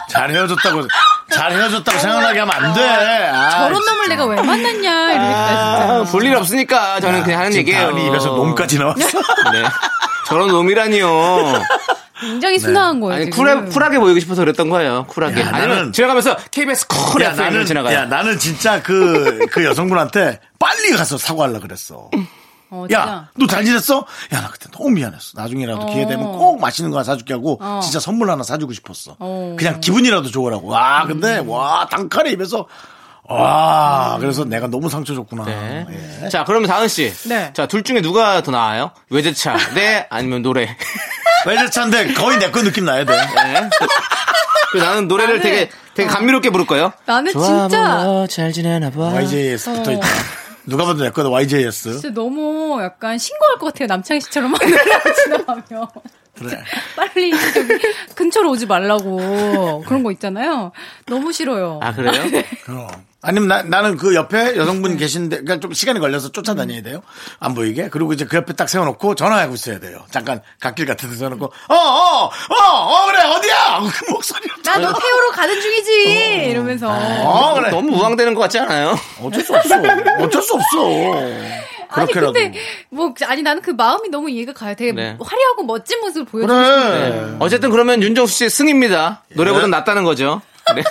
A: 잘 헤어졌다고, 잘 헤어졌다고 생각나게 하면 안 돼. 아,
E: 저런 놈을 내가 왜 만났냐 이러겠다 진짜.
B: 아, 볼일 없으니까 저는 그냥 하는
A: 지금
B: 얘기예요.
A: 다은이 입에서 놈까지 나왔어.
B: 네. 저런 놈이라니요.
E: 굉장히 순화한 거예요.
B: 아니
E: 지금.
B: 쿨하, 쿨하게 보이고 싶어서 그랬던 거예요. 쿨하게.
A: 야,
B: 아니면
A: 나는-
B: 지나가면서 KBS 쿨
A: 야,
B: FM
A: 나는,
B: 을 지나가요.
A: 야, 나는 진짜 그, 그 여성분한테 빨리 가서 사과하려고 그랬어.
E: 어,
A: 야,
E: 진짜.
A: 너 잘 지냈어? 야, 나 그때 너무 미안했어. 나중이라도 기회 되면 꼭 맛있는 거 하나 사줄게 하고, 진짜 선물 하나 사주고 싶었어. 음.
E: 어.
A: 그냥 기분이라도 좋으라고. 와, 근데, 와, 단칼에 입에서, 와, 그래서 내가 너무 상처 줬구나.
B: 네.
A: 예.
B: 자, 그러면 다은 씨.
E: 네.
B: 자, 둘 중에 누가 더 나아요? 외제차. 네, 아니면 노래.
A: 외제차인데 거의 내 거 느낌 나야 돼.
B: 네. 그 나는 노래를
E: 나는- 어.
B: 되게 되게 감미롭게 부를 거예요.
E: 나는
B: 좋아,
E: 진짜-
B: 보여, 잘 지내나 봐.
A: YJS 붙어 있다.
E: 어.
A: 누가 봐도 내 거다, YJS.
E: 진짜 너무 약간 신고할 것 같아요. 남창희 씨처럼 막 날아가 지나가면.
A: 그래.
E: 빨리 저기 근처로 오지 말라고 그런 거 있잖아요. 너무 싫어요.
B: 아, 그래요?
A: 그럼. 아니면 나, 나는 그 옆에 여성분 계신데, 그러니까 좀 시간이 걸려서 쫓아다녀야 돼요. 안 보이게. 그리고 이제 그 옆에 딱 세워놓고 전화하고 있어야 돼요. 잠깐 갓길 같은 데 세워놓고, 어, 어, 어, 어, 그래, 어디야? 하고 그 목소리로.
E: 나 너 태우러 가는 중이지 이러면서
A: 어, 그래.
B: 너무 우왕대는 것 같지 않아요?
A: 어쩔 수 없어. 어쩔 수 없어.
E: 아니
A: 그렇게라도.
E: 근데 뭐 아니 나는 그 마음이 너무 이해가 가요. 되게
B: 네.
E: 화려하고 멋진 모습을 보여주고
A: 그래.
B: 어쨌든 그러면 윤정수 씨 승입니다.
A: 네.
B: 노래보다
A: 예.
B: 낫다는 거죠. 네.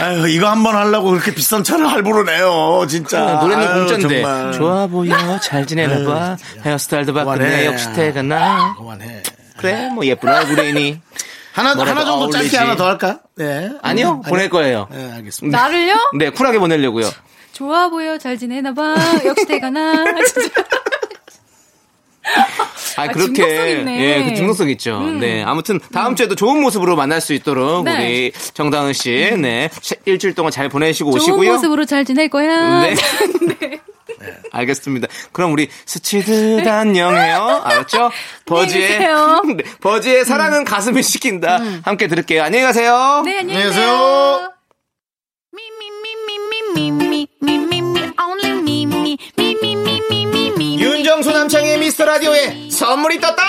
A: 아유, 이거 한 번 하려고 그렇게 비싼 차를 할부로 내요, 진짜.
B: 어, 노래는
A: 아유,
B: 공짜인데.
A: 정말. 네.
B: 좋아 보여, 잘 지내나 봐. 헤어스타일도
A: 그만해.
B: 바꾸네, 역시 태가 나.
A: 그만해.
B: 그래, 뭐 예쁜 얼굴이니.
A: 하나,
B: 뭐라도
A: 하나 정도
B: 어울리지.
A: 짧게 하나 더 할까? 네.
B: 아니요, 보낼 거예요.
A: 네, 알겠습니다.
E: 나를요?
B: 네, 쿨하게 보내려고요.
E: 좋아 보여 잘 지내나 봐. 역시 대가나. 진짜.
B: 아,
E: 아,
B: 그렇게.
E: 중독성 있네. 음.
B: 예, 그 중독성 있죠. 네. 아무튼 다음 주에도 좋은 모습으로 만날 수 있도록
E: 네.
B: 우리 정다은 씨, 네. 일주일 동안 잘 보내시고
E: 좋은
B: 오시고요.
E: 모습으로 잘 지낼 거야.
B: 네. 알겠습니다. 그럼 우리 스치듯 안녕해요.
E: 네,
B: 알았죠? 버지의
E: 계세요. 음.
B: 네, 버지의 사랑은 가슴이 시킨다. 함께 들을게요. 안녕히 가세요.
E: 네, 안녕히
A: 안녕히 계세요.
E: 계세요.
C: Me, me, me, me, me, me, me, me, me, only me, me, me, me, me, me, me, me.
B: 윤정수 남창의 미스터 라디오에 선물이 떴다.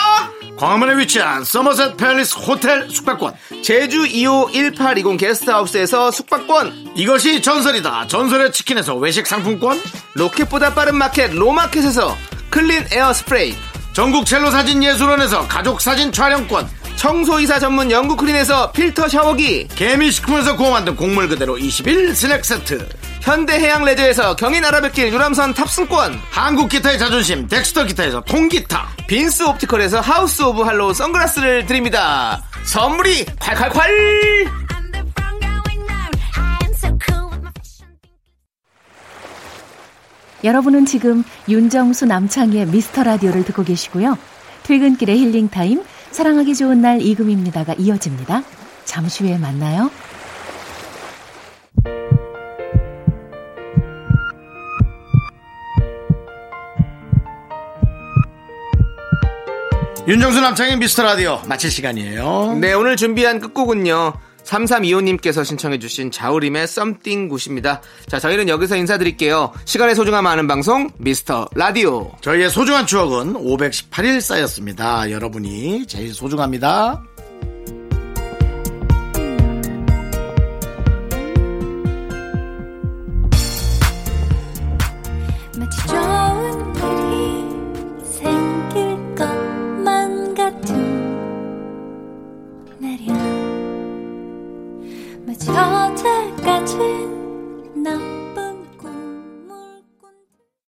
A: 광화문에 위치한 서머셋 팰리스 호텔 숙박권.
B: 제주 2호 1820 게스트하우스에서 숙박권
A: 이것이 전설이다. 전설의 치킨에서 외식 상품권.
B: 로켓보다 빠른 마켓 로마켓에서 클린 에어 스프레이
A: 전국 첼로 사진 예술원에서 가족 사진 촬영권.
B: 청소이사 전문 영국 클린에서 필터 샤워기
A: 개미식품에서 구워 만든 곡물 그대로 21 스낵 세트.
B: 현대해양 레저에서 경인아라뱃길 유람선 탑승권
A: 한국 기타의 자존심. 덱스터 기타에서 통기타.
B: 빈스 옵티컬에서 하우스 오브 할로우 선글라스를 드립니다 선물이 콸콸콸
C: I'm the one going round. I am so cool with my fashion.
F: 여러분은 지금 윤정수 남창희의 미스터 라디오를 듣고 계시고요. 퇴근길의 힐링 타임, 사랑하기 좋은 날 이금입니다가 이어집니다. 잠시 후에 만나요.
A: 윤정수 남창의 미스터 라디오 마칠 시간이에요.
B: 네, 오늘 준비한 끝곡은요. 3325님께서 신청해주신 자우림의 썸띵 굿입니다. 자, 저희는 여기서 인사드릴게요. 시간의 소중함 아는 방송, 미스터 라디오.
A: 저희의 소중한 추억은 518일 쌓였습니다. 여러분이 제일 소중합니다.